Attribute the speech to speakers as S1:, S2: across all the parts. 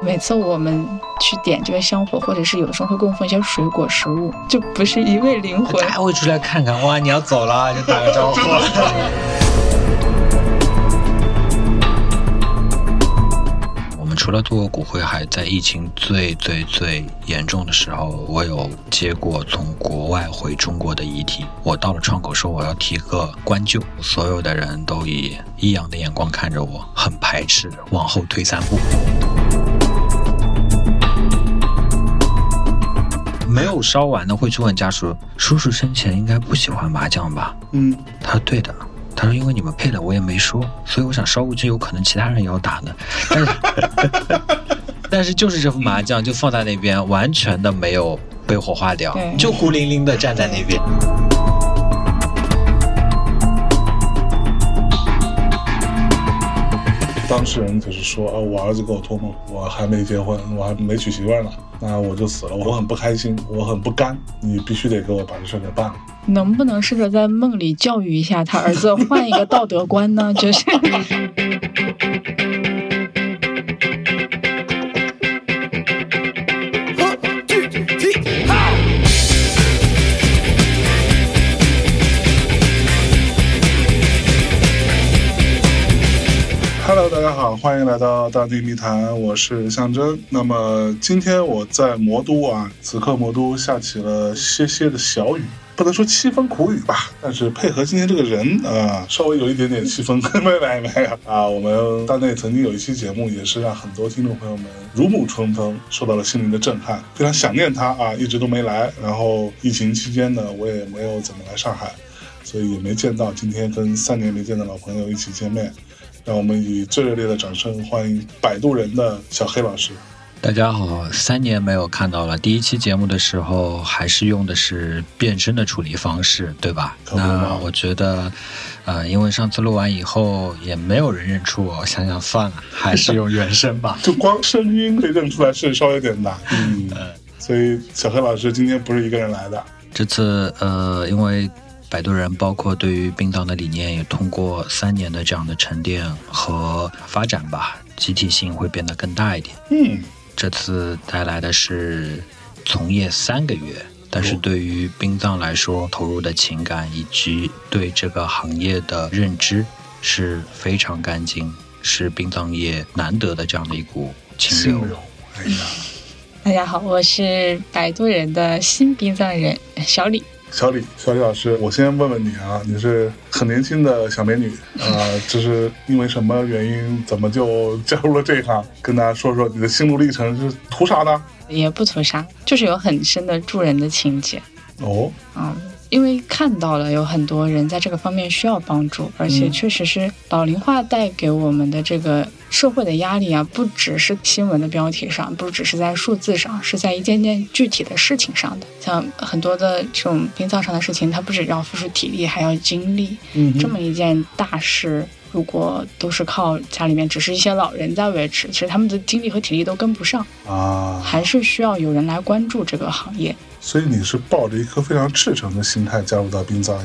S1: 每次我们去点这个香火，或者是有的时候会供奉一些水果、食物，就不是一味灵魂。
S2: 大家会出来看看，哇，你要走了就打个 招呼。我们除了做过骨灰，还在疫情最最最严重的时候，我有接过从国外回中国的遗体。我到了窗口说我要提个棺柩，所有的人都以异样的眼光看着我，很排斥，往后退三步。没有烧完的会去问家属，叔叔生前应该不喜欢麻将吧？
S3: 嗯，
S2: 他说对的。他说：“因为你们配了，我也没说，所以我想烧过去，有可能其他人也要打呢。但是， 但是就是这副麻将就放在那边，完全的没有被火化掉，
S1: 对
S2: 就孤零零的站在那边。
S3: 当事人只是说，呃，我儿子给我托梦，我还没结婚，我还没娶媳妇儿呢，那我就死了，我很不开心，我很不甘，你必须得给我把这事儿给办了。
S1: 能不能试着在梦里教育一下他儿子，换一个道德观呢？ 就是
S3: ，Hello，大家好，欢迎来到大地密谈，我是象征。那么今天我在魔都啊，此刻魔都下起了些些的小雨。不能说七分苦雨吧，但是配合今天这个人啊、稍微有一点点气氛。 没来没有啊，我们大内曾经有一期节目，也是让很多听众朋友们如沐春风，受到了心灵的震撼，非常想念他啊，一直都没来。然后疫情期间呢，我也没有怎么来上海，所以也没见到。今天跟三年没见的老朋友一起见面，让我们以最热烈的掌声欢迎摆渡人的小黑老师。
S2: 大家好，三年没有看到了。第一期节目的时候，还是用的是变声的处理方式，对吧？
S3: 可不嘛
S2: 那我觉得，呃，因为上次录完以后也没有人认出我，想想算了，还是用原声 吧。
S3: 就光声音被认出来是稍微有点难，嗯，所以小黑老师今天不是一个人来的，
S2: 这次呃，因为摆渡人包括对于殡葬的理念，也通过三年的这样的沉淀和发展吧，集体性会变得更大一点。
S3: 嗯，
S2: 这次带来的是从业三个月，但是
S3: 哦
S2: 对于殡葬来说，投入的情感以及对这个行业的认知是非常干净，是殡葬业难得的这样的一股清
S3: 心
S2: 流。
S3: 流，哎呀。
S1: 大家好，我是摆渡人的新殡葬人小李。
S3: 小李，小李老师，我先问问你啊，你是很年轻的小美女啊、这是因为什么原因，怎么就加入了这一行？跟大家说说你的心路历程是图啥呢？
S1: 也不屠杀，就是有很深的助人的情节
S3: 哦，
S1: 啊、因为看到了有很多人在这个方面需要帮助，而且
S3: 嗯
S1: 确实是老龄化带给我们的这个社会的压力啊，不只是新闻的标题上，不只是在数字上，是在一件件具体的事情上的。像很多的这种殡葬上的事情，它不只要付出体力，还要精力。
S3: 嗯
S1: 这么一件大事，如果都是靠家里面只是一些老人在维持，其实他们的精力和体力都跟不上。
S3: 啊，
S1: 还是需要有人来关注这个行业。
S3: 所以你是抱着一颗非常赤诚的心态加入到殡葬业，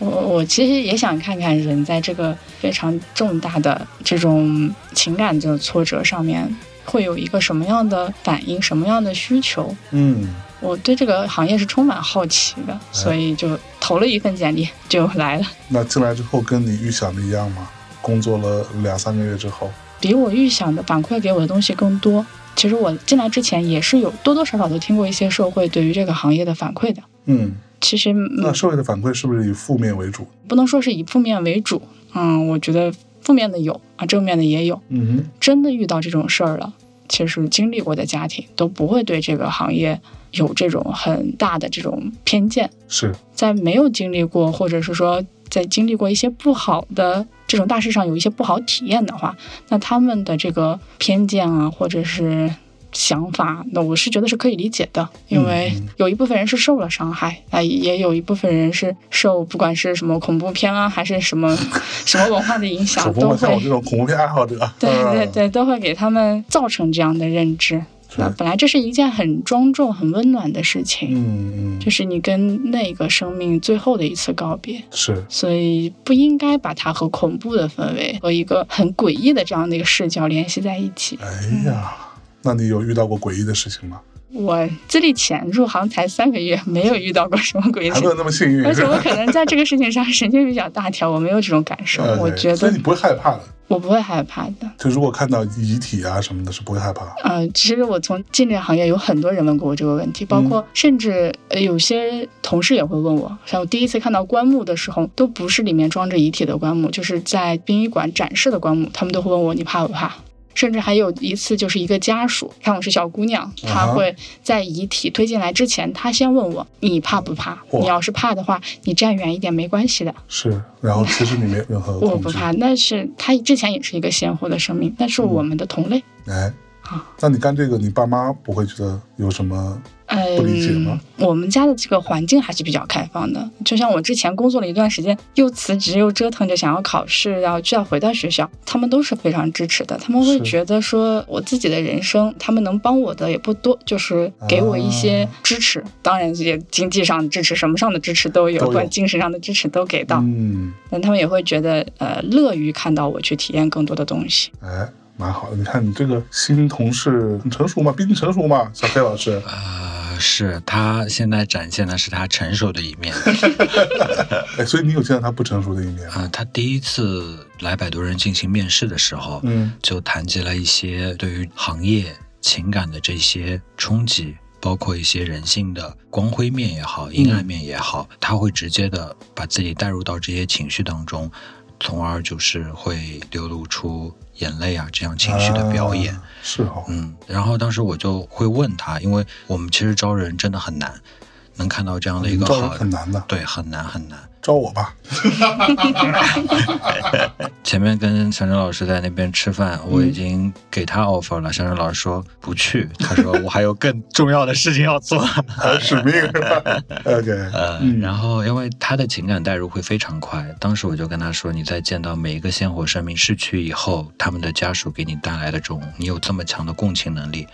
S1: 我我其实也想看看人在这个非常重大的这种情感的挫折上面，会有一个什么样的反应，什么样的需求。
S3: 嗯，
S1: 我对这个行业是充满好奇
S3: 哎
S1: 的，所以就投了一份简历 就来了。
S3: 那进来之后跟你预想的一样吗？工作了两三个月之后，
S1: 比我预想的反馈给我的东西更多。其实我进来之前也是有多多少少都听过一些社会对于这个行业的反馈的。
S3: 嗯，
S1: 其实
S3: 那
S1: 嗯。
S3: 社会的反馈是不是以负面为主？
S1: 不能说是以负面为主，嗯，我觉得负面的有啊，正面的也有。
S3: 嗯哼，
S1: 真的遇到这种事儿了，其实经历过的家庭都不会对这个行业有这种很大的这种偏见。
S3: 是，
S1: 在没有经历过，或者是说在经历过一些不好的这种大事上有一些不好体验的话，那他们的这个偏见啊，或者是想法，那我是觉得是可以理解的，因为
S3: 嗯
S1: 有一部分人是受了伤害，那也有一部分人是受不管是什么恐怖片啊，还是什么什么文化的影响
S3: 恐，怖
S1: 都
S3: 嘛，像我这
S1: 会。
S3: 种恐怖片爱好者，
S1: 对对
S3: 嗯，
S1: 对，都会给他们造成这样的认知。
S3: 是
S1: 那本来这是一件很庄重、很温暖的事情，
S3: 嗯嗯，
S1: 这是你跟那个生命最后的一次告别，
S3: 是，
S1: 所以不应该把它和恐怖的氛围和一个很诡异的这样的一个视角联系在一起。
S3: 哎呀，那你有遇到过诡异的事情吗？
S1: 我资历浅，入行才三个月，没有遇到过什么诡异
S3: 还
S1: 事
S3: 没有
S1: 情。
S3: 那么幸运，
S1: 而且
S3: 是吧
S1: 我可能在这个事情上神经比较大条，我没有这种感受。
S3: 呃
S1: 我
S3: 对
S1: 觉
S3: 所以
S1: 得
S3: 你不会害怕的。
S1: 我不会害怕的。
S3: 就如果看到遗体啊什么的，是不会害怕。
S1: 呃，其实我从进这个行业有很多人问过我这个问题，包
S3: 嗯
S1: 括甚至呃有些同事也会问我，像我第一次看到棺木的时候，都不是里面装着遗体的棺木，就是在殡仪馆展示的棺木，他们都会问我你怕不怕？甚至还有一次，就是一个家属看我是小姑娘，
S3: 啊
S1: 她
S3: 哈
S1: 会在遗体推进来之前，她先问我你怕不怕？
S3: 哇
S1: 你要是怕的话，你站远一点没关系的。
S3: 是，然后其实你没有任何
S1: 我
S3: 恐嗯
S1: 不
S3: 惧。
S1: 怕，那是她之前也是一个鲜活的生命，那是我们的同类。
S3: 哎
S1: 啊，
S3: 那你干这个，你爸妈不会觉得有什么？不理解吗
S1: 嗯，我们家的这个环境还是比较开放的。就像我之前工作了一段时间，又辞职又折腾着想要考试，然后就要回到学校，他们都是非常支持的。他们会
S3: 是
S1: 觉得说我自己的人生，他们能帮我的也不多，就是给我一些
S3: 啊
S1: 支持。当然，也经济上的支持、什么上的支持都有，
S3: 都有
S1: 或者精神上的支持都给到。
S3: 嗯，
S1: 但他们也会觉得呃，乐于看到我去体验更多的东西。
S3: 哎，蛮好的。你看你这个新同事很成熟嘛，比你成熟嘛，小黑 老师。
S2: 呃，是他现在展现的是他成熟的一面。
S3: 哎，所以你有见到他不成熟的一面吗？
S2: 啊、他第一次来摆渡人进行面试的时候，
S3: 嗯
S2: 就谈及了一些对于行业情感的这些冲击，包括一些人性的光辉面也
S3: 嗯
S2: 好，阴暗面也好，他会直接的把自己带入到这些情绪当中，从而就是会流露出眼泪啊这样情绪的表演。
S3: 啊是哦，
S2: 嗯，然后当时我就会问他，因为我们其实招人真的很难，能看到这样的一个
S3: 招
S2: 好
S3: 人很难的，
S2: 对，很难很难。
S3: 招我吧。
S2: 前面跟小郑老师在那边吃饭，我已经给他 offer 了，小郑老师说不去，他说我还有更重要的事情要做。
S3: 还有使命是 吧？OK，
S2: 呃，
S3: 嗯
S2: 然后因为他的情感代入会非常快，当时我就跟他说，你在见到每一个鲜活生命逝去以后，他们的家属给你带来的这种，你有这么强的共情能力，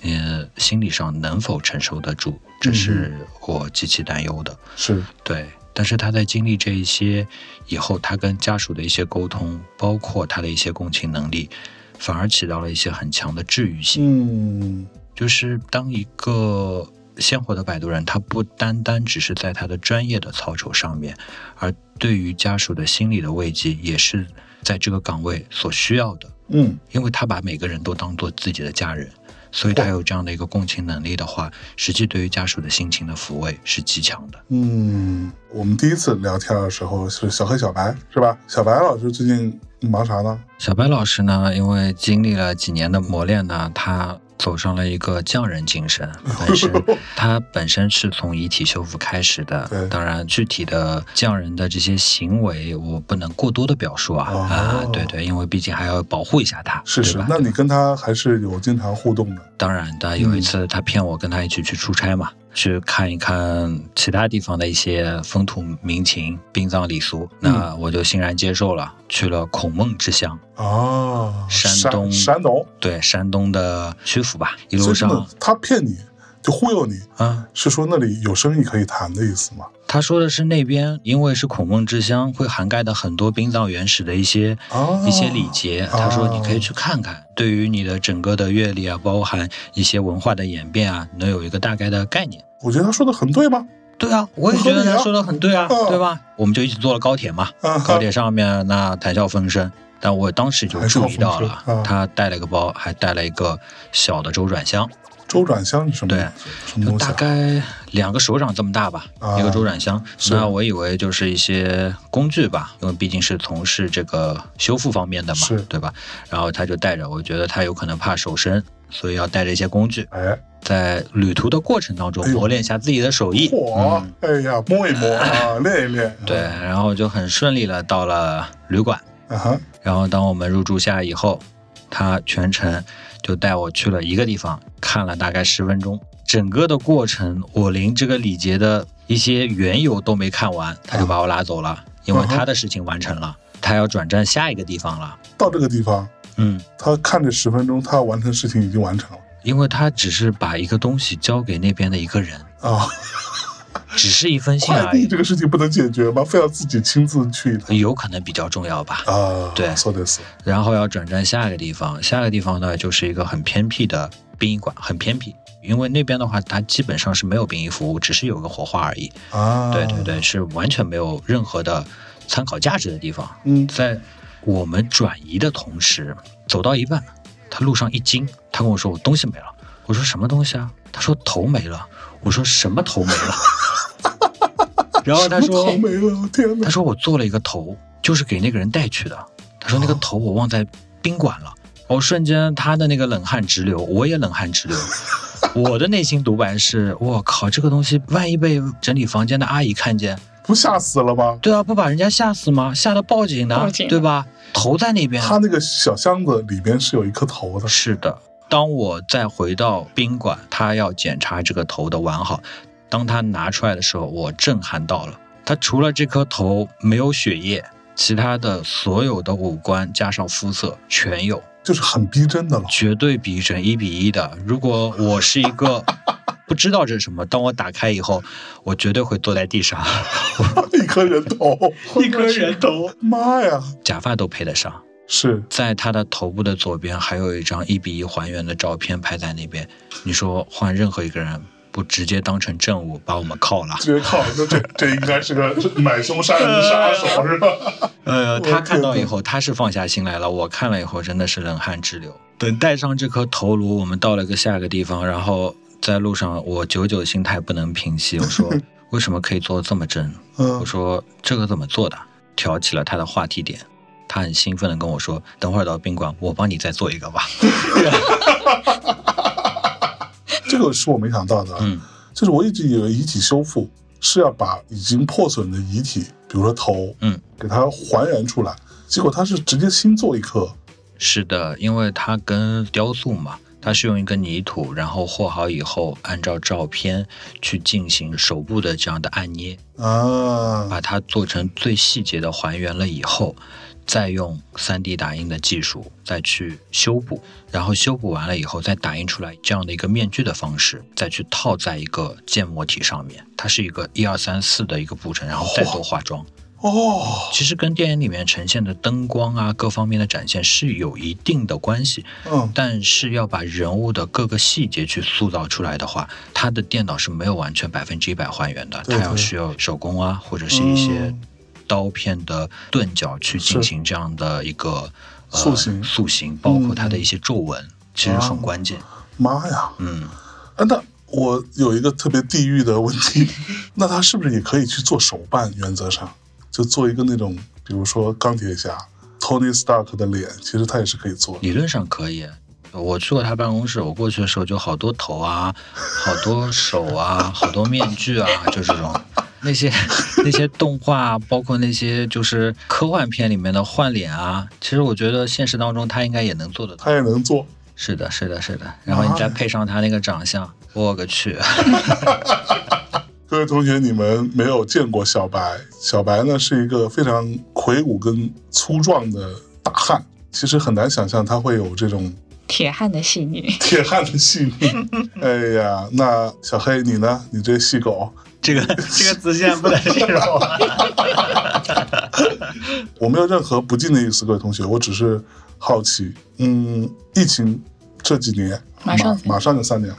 S2: 你心理上能否承受得住，这是我极其担忧的。
S3: 是
S2: 对，但是他在经历这一些以后，他跟家属的一些沟通，包括他的一些共情能力，反而起到了一些很强的治愈性。
S3: 嗯，
S2: 就是当一个鲜活的摆渡人，他不单单只是在他的专业的操守上面，而对于家属的心理的慰藉，也是在这个岗位所需要的。
S3: 嗯，
S2: 因为他把每个人都当做自己的家人，所以他有这样的一个共情能力的话，实际对于家属的心情的抚慰是极强的。
S3: 嗯，我们第一次聊天的时候是小黑、小白，是吧？小白老师最近忙啥呢？
S2: 小白老师呢，因为经历了几年的磨练呢，他走上了一个匠人精 神。本身他本身是从遗体修复开始
S3: 对
S2: 的，当然具体的匠人的这些行为，我不能过多的表述啊
S3: 哦
S2: 啊，对对，因为毕竟还要保护一下他，
S3: 是是
S2: 对吧，？
S3: 那你跟他还是有经常互动的，
S2: 当然的，有
S3: 嗯
S2: 一次他骗我跟他一起去出差嘛，去看一看其他地方的一些风土民情、殡葬礼俗，
S3: 嗯
S2: 那我就欣然接受了，去了孔孟之乡。
S3: 哦，
S2: 山东
S3: 山东，
S2: 对山东的曲阜吧，一
S3: 所
S2: 路
S3: 以呢
S2: 上，
S3: 他骗你就忽悠你，
S2: 啊，
S3: 是说那里有生意可以谈的意思吗？
S2: 他说的是那边因为是孔孟之乡，会涵盖的很多殡葬原始的一些、
S3: 哦
S2: 一些礼节。他说你可以去看看，对于你的整个的阅历啊，包含一些文化的演变啊，能有一个大概的概念。
S3: 我觉得他说的很对吧？
S2: 对啊，我也觉得他说的很对啊，
S3: 很合理啊
S2: 对吧？我们就一起坐了高铁嘛，
S3: 啊哈
S2: 高铁上面那谈笑风生。但我当时就注意到
S3: 谈笑
S2: 了
S3: 风生啊，
S2: 他带了个包，还带了一个小的周转箱。
S3: 周转箱是什么？
S2: 对
S3: 什么
S2: 就
S3: 东西
S2: 大
S3: 啊？
S2: 概两个手掌这么大吧，
S3: 啊
S2: 一个周转箱。
S3: 是
S2: 那我以为就是一些工具吧，因为毕竟是从事这个修复方面的嘛
S3: 是，
S2: 对吧？然后他就带着，我觉得他有可能怕手生，所以要带着一些工具，
S3: 哎，
S2: 在旅途的过程当中
S3: 哎呦
S2: 磨练一下自己的手艺。
S3: 嚯
S2: 嗯，
S3: 哎呀，摸一摸 啊，练一练，
S2: 对，然后就很顺利了，到了旅馆。
S3: 啊哈，
S2: 然后当我们入住下以后，他全程就带我去了一个地方，看了大概十分钟。整个的过程，我连这个礼节的一些缘由都没看完，他就把我拉走了，因为他的事情完成了，他要转战下一个地方了。
S3: 到这个地方，
S2: 嗯，
S3: 他看这十分钟，他完成的事情已经完成了
S2: 嗯因为他只是把一个东西交给那边的一个人，
S3: 啊。
S2: 只是一封信
S3: 快
S2: 而
S3: 递
S2: 已，
S3: 这个事情不能解决吗？非要自己亲自去一趟
S2: 有可能比较重要吧。
S3: 啊？
S2: 对
S3: 说的是
S2: 然后要转战下一个地方，下一个地方呢就是一个很偏僻的殡仪馆，很偏僻。因为那边的话，它基本上是没有殡仪服务，只是有个火化而已。
S3: 啊，
S2: 对对，对，是完全没有任何的参考价值的地方。
S3: 嗯，
S2: 在我们转移的同时，走到一半，他路上一惊，他跟我说我东西没了。我说什么东西啊？他说头没了。我说什么头没了？ 然后他
S3: 我头
S2: 说
S3: 没了，啊天哪
S2: 他！说我做了一个头，就是给那个人带去的。他说那
S1: 哦
S2: 个头我忘在宾馆了。我瞬间他的那个冷汗直流，我也冷汗直 流。我的内心独白是：我靠，这个东西万一被整理房间的阿姨看见，
S3: 不吓死了吗？
S2: 对啊，不把人家吓死吗？吓得报警的，
S1: 报警
S2: 对吧？头在那边。
S3: 他那个小箱子里边是有一颗头的，
S2: 啊是的，当我再回到宾馆，他要检查这个头的完好。当他拿出来的时候，我震撼到了。他除了这颗头没有血液，其他的所有的五官加上肤色全有，
S3: 就是很逼真的了。
S2: 绝对比整一比一的。如果我是一个不知道这是什么，当我打开以后，我绝对会坐在地上，
S3: 一颗人头，
S2: 一颗人头，
S3: 妈呀！
S2: 假发都配得上。
S3: 是
S2: 在他的头部的左边还有一张一比一还原的照片拍在那边。你说换任何一个人，不直接当成证物把我们铐了？
S3: 直接靠，这这这应该是个买凶杀人的杀 手是吧？
S2: 呃，
S3: 我
S2: 他看到以
S3: 天
S2: 后，他是放下心来了。我看了以后，真的是冷汗直流。等带上这颗头颅，我们到了个下个地方，然后在路上，我久久心态不能平息。我 说，为什么可以做得这么真？
S3: 嗯
S2: 我，说这个怎么做的？挑起了他的话题点。他很兴奋的跟我说：“等会儿到宾馆，我帮你再做一个吧。
S3: 这个是我没想到的”。啊
S2: 嗯，
S3: 就是我一直以为遗体修复是要把已经破损的遗体，比如说头，
S2: 嗯，
S3: 给它还原出来，结果它是直接新做一颗，
S2: 是的，因为它跟雕塑嘛，它是用一个泥土，然后和好以后，按照照片去进行手部的这样的按捏，
S3: 啊，
S2: 把它做成最细节的还原了以后，再用 3D 打印的技术再去修补，然后修补完了以后再打印出来这样的一个面具的方式，再去套在一个建模体上面，它是一个一二三四的一个步骤，然后再做化妆。
S3: 哦，
S2: 其实跟电影里面呈现的灯光啊各方面的展现是有一定的关系，
S3: 嗯，
S2: 但是要把人物的各个细节去塑造出来的话，它的电脑是没有完全百分之一百还原的，
S3: 对
S2: 它要
S3: 对
S2: 需要手工啊，或者是一些
S3: 嗯
S2: 刀片的钝角去进
S3: 是
S2: 行这样的一个呃
S3: 塑形
S2: 塑形，包括它的
S3: 嗯啊
S2: 一些皱纹，其实很关键。
S3: 妈呀，
S2: 嗯，
S3: 啊，那我有一个特别地域的问题， 那他是不是也可以去做手办？原则上，就做一个那种，比如说钢铁侠 Tony Stark 的脸，其实他也是可以做的。
S2: 理论上可以。我去过他办公室，我过去的时候就好多头 啊，好多手啊，好多面具啊，就这种。那些 那些动画啊，包括那些就是科幻片里面的换脸啊，其实我觉得现实当中他应该也能做得到。
S3: 他也能做，
S2: 是的，是的，是的。然后你再配上他那个长相，我个去，
S3: 各位同学，你们没有见过小白。小白呢是一个非常魁梧跟粗壮的大汉，其实很难想象他会有这种
S1: 铁汉的细腻，
S3: 铁汉的细 腻。哎呀，那小黑你呢？你这细狗，
S2: 这个这个词现在不能形容啊了。
S3: 我没有任何不敬的意思，各位同学，我只是好奇。嗯，疫情这几年
S1: 马上
S3: 马上就三年了，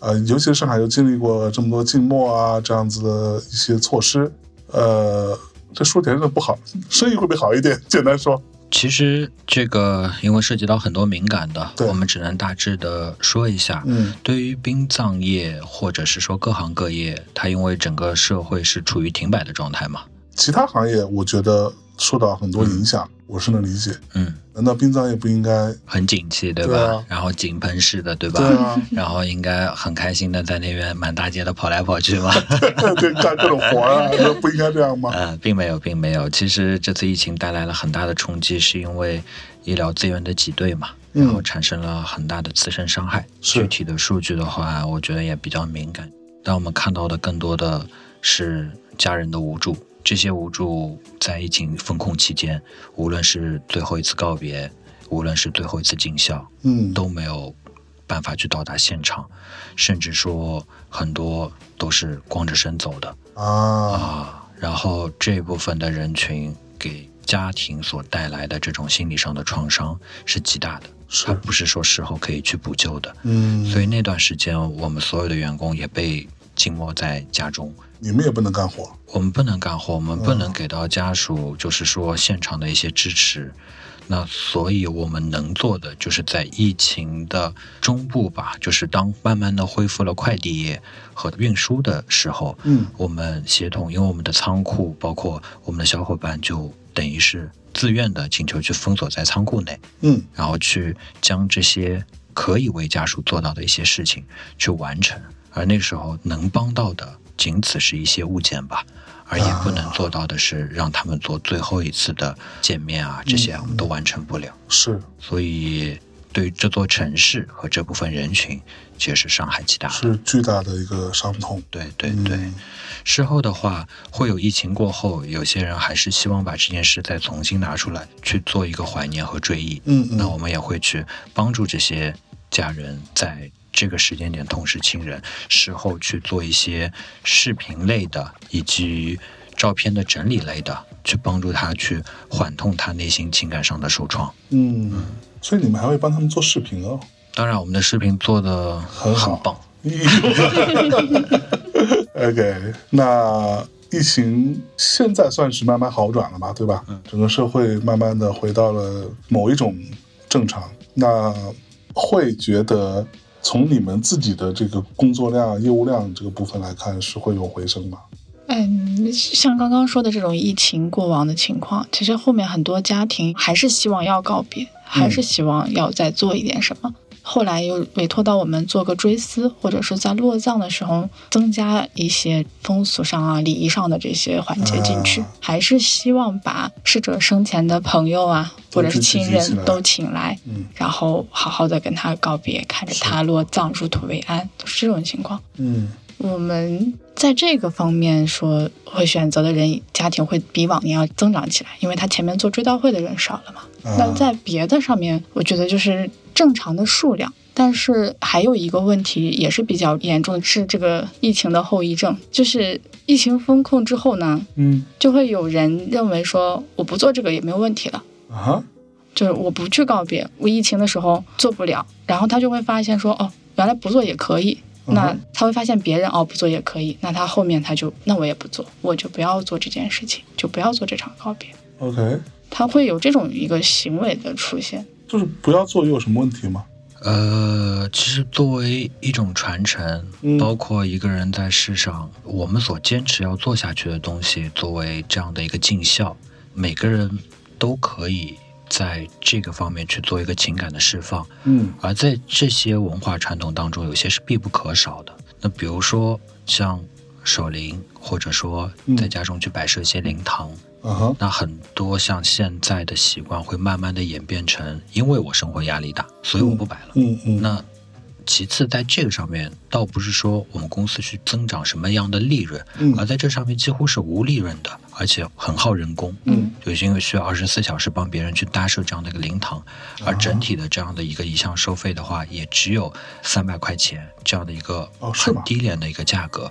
S3: 呃，尤其是上海又经历过这么多静默啊这样子的一些措施，呃，这说起来真的不好，生意会不会好一点？简单说，
S2: 其实这个因为涉及到很多敏感的，
S3: 对
S2: 我们只能大致的说一下。
S3: 嗯
S2: 对于殡葬业或者是说各行各业，它因为整个社会是处于停摆的状态嘛，
S3: 其他行业我觉得受到很多影响，我是能理解。
S2: 嗯，
S3: 难道殡葬业不应该？
S2: 很景气对吧？
S3: 对啊
S2: 然后井喷式的对吧？
S3: 对啊，
S2: 然后应该很开心的在那边满大街的跑来跑去嘛。
S3: 对，啊干各种活儿 啊，那不应该这样吗？
S2: 呃，并没有，并没有。其实这次疫情带来了很大的冲击，是因为医疗资源的挤兑嘛，然后
S3: 嗯
S2: 产生了很大的自身伤害。
S3: 是
S2: 具体的数据的话，我觉得也比较敏感。但我们看到的更多的是家人的无助，这些无助在疫情封控期间，无论是最后一次告别，无论是最后一次尽孝，
S3: 嗯，
S2: 都没有办法去到达现场，甚至说很多都是光着身走的。
S3: 啊，
S2: 啊，然后这部分的人群给家庭所带来的这种心理上的创伤是极大的。
S3: 是
S2: 它不是说事后可以去补救的。
S3: 嗯，
S2: 所以那段时间，我们所有的员工也被静默在家中。
S3: 你们也不能干活，
S2: 我们不能干活，我们不能给到家属，就是说现场的一些支持。那所以我们能做的，就是在疫情的中部吧，就是当慢慢的恢复了快递业和运输的时候，
S3: 嗯，
S2: 我们协同，因为我们的仓库包括我们的小伙伴，就等于是自愿的请求去封锁在仓库内，
S3: 嗯，
S2: 然后去将这些可以为家属做到的一些事情去完成。而那时候能帮到的，仅此是一些物件吧，而也不能做到的是让他们做最后一次的见面啊，这些啊我们都完成不了。
S3: 是
S2: 所以，对于这座城市和这部分人群，其实是伤害极大的。
S3: 是巨大的一个伤痛，
S2: 对对对。
S3: 嗯
S2: 事后的话，会有疫情过后，有些人还是希望把这件事再重新拿出来去做一个怀念和追忆。
S3: 嗯嗯，
S2: 那我们也会去帮助这些家人在这个时间点痛失亲人，事后去做一些视频类的以及照片的整理类的，去帮助他去缓痛他内心情感上的受创。
S3: 嗯，所以你们还会帮他们做视频 哦，
S2: 当然，我们的视频做的
S3: 很好
S2: 很棒。
S3: OK，那疫情现在算是慢慢好转了吧，对吧？
S2: 嗯
S3: 整个社会慢慢的回到了某一种正常。那会觉得从你们自己的这个工作量、业务量这个部分来看，是会有回升吗？
S1: 嗯，像刚刚说的这种疫情过往的情况，其实后面很多家庭还是希望要告别，还
S3: 嗯
S1: 是希望要再做一点什么。后来又委托到我们做个追思，或者是在落葬的时候增加一些风俗上啊、礼仪上的这些环节进去，
S3: 啊
S1: 还是希望把逝者生前的朋友啊，
S3: 都
S1: 或者是
S3: 聚
S1: 亲
S3: 集起来
S1: 人都请来，
S3: 嗯
S1: 然后好好的跟他告别，看着
S3: 是
S1: 他落葬，入土为安，都是这种情况。
S3: 嗯
S1: 我们在这个方面说，会选择的人家庭会比往年要增长起来，因为他前面做追悼会的人少了嘛。
S3: 啊，
S1: 那在别的上面，我觉得就是正常的数量。但是还有一个问题也是比较严重的，是这个疫情的后遗症，就是疫情封控之后呢，
S3: 嗯
S1: 就会有人认为说我不做这个也没有问题了。
S3: 啊哈，
S1: 就是我不去告别，我疫情的时候做不了，然后他就会发现说，哦，原来不做也可以。
S3: 嗯
S1: 那他会发现别人哦不做也可以，那他后面他就那我也不做，我就不要做这件事情，就不要做这场告别，
S3: ，OK，
S1: 他会有这种一个行为的出现。
S3: 就是不要做又有什么问题吗？
S2: 呃，其实作为一种传承，
S3: 嗯
S2: 包括一个人在世上，我们所坚持要做下去的东西，作为这样的一个尽孝，每个人都可以在这个方面去做一个情感的释放。
S3: 嗯
S2: 而在这些文化传统当中，有些是必不可少的。那比如说像守灵，或者说
S3: 嗯
S2: 在家中去摆设一些灵堂，
S3: 啊哈，
S2: 那很多像现在的习惯会慢慢的演变成，因为我生活压力大，所以我不摆了。
S3: 嗯嗯，
S2: 那其次，在这个上面，倒不是说我们公司去增长什么样的利润，
S3: 嗯
S2: 而在这上面几乎是无利润的，而且很耗人工。
S3: 嗯，
S2: 就是因为需要二十四小时帮别人去搭设这样的一个灵堂，
S3: 啊
S2: 而整体的这样的一个一项收费的话，也只有三百块钱这样的一个
S3: 哦是
S2: 很
S3: 吗
S2: 低廉的一个价格。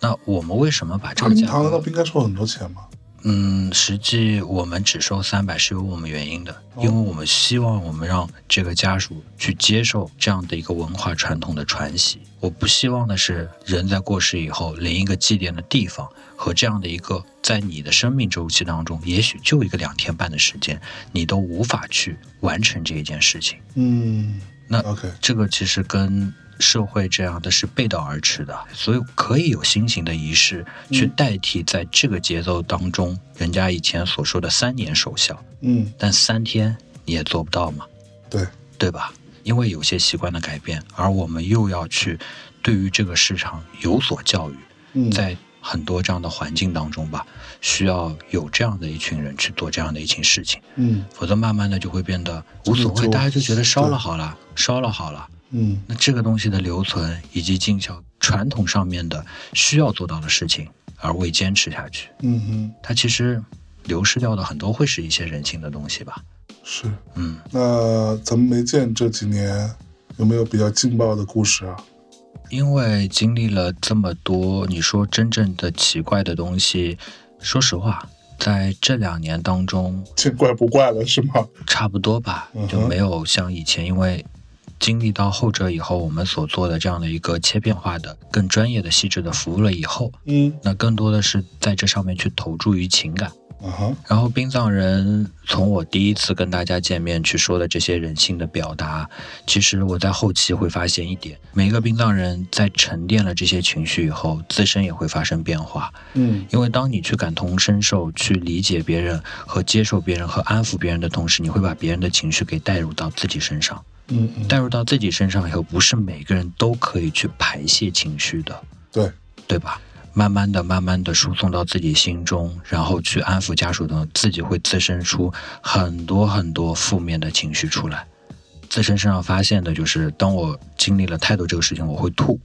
S2: 那我们为什么把这
S3: 大
S2: 个
S3: 灵
S2: 价
S3: 堂难道
S2: 格
S3: 不？应该收很多钱吗？
S2: 嗯，实际我们只收三百是有我们原因的，
S3: 哦
S2: 因为我们希望我们让这个家属去接受这样的一个文化传统的传袭。我不希望的是人在过世以后，连一个祭奠的地方和这样的一个在你的生命周期当中，也许就一个两天半的时间，你都无法去完成这一件事情。
S3: 嗯，
S2: 那
S3: OK，
S2: 这个其实跟社会这样的是背道而驰的，所以可以有新型的仪式去代替在这个节奏当中，人家以前所说的三年守孝，
S3: 嗯
S2: 但三天你也做不到嘛，
S3: 对，
S2: 对吧？因为有些习惯的改变，而我们又要去对于这个市场有所教育，
S3: 嗯，
S2: 在很多这样的环境当中吧，需要有这样的一群人去做这样的一群事情，
S3: 嗯
S2: 否则慢慢的就会变得无所
S3: 就
S2: 谓，大家就觉得烧
S3: 对
S2: 了好了，烧了好了。
S3: 嗯。
S2: 那这个东西的留存以及尽孝传统上面的需要做到的事情，而未坚持下去，
S3: 嗯
S2: 它其实流失掉的很多会是一些人性的东西吧。
S3: 哼，是。
S2: 嗯，
S3: 那咱们没见这几年，有没有比较劲爆的故事啊？
S2: 因为经历了这么多，你说真正的奇怪的东西，说实话，在这两年当中，
S3: 见怪不怪了，是吗？
S2: 差不多吧，就
S3: 嗯哼
S2: 没有像以前，因为经历到后者以后，我们所做的这样的一个切片化的、更专业的、细致的服务了以后，
S3: 嗯，
S2: 那更多的是在这上面去投注于情感。
S3: 啊哈，
S2: 然后殡葬人从我第一次跟大家见面去说的这些人性的表达，其实我在后期会发现一点，每一个殡葬人在沉淀了这些情绪以后，自身也会发生变化。
S3: 嗯
S2: 因为当你去感同身受、去理解别人和接受别人和安抚别人的同时，你会把别人的情绪给带入到自己身上。
S3: 嗯嗯，
S2: 带入到自己身上以后，不是每个人都可以去排泄情绪的，
S3: 对，
S2: 对吧？慢慢的、慢慢的输送到自己心中，然后去安抚家属等，自己会滋生出很多很多负面的情绪出来。自身身上发现的就是，当我经历了太多这个事情，我会吐，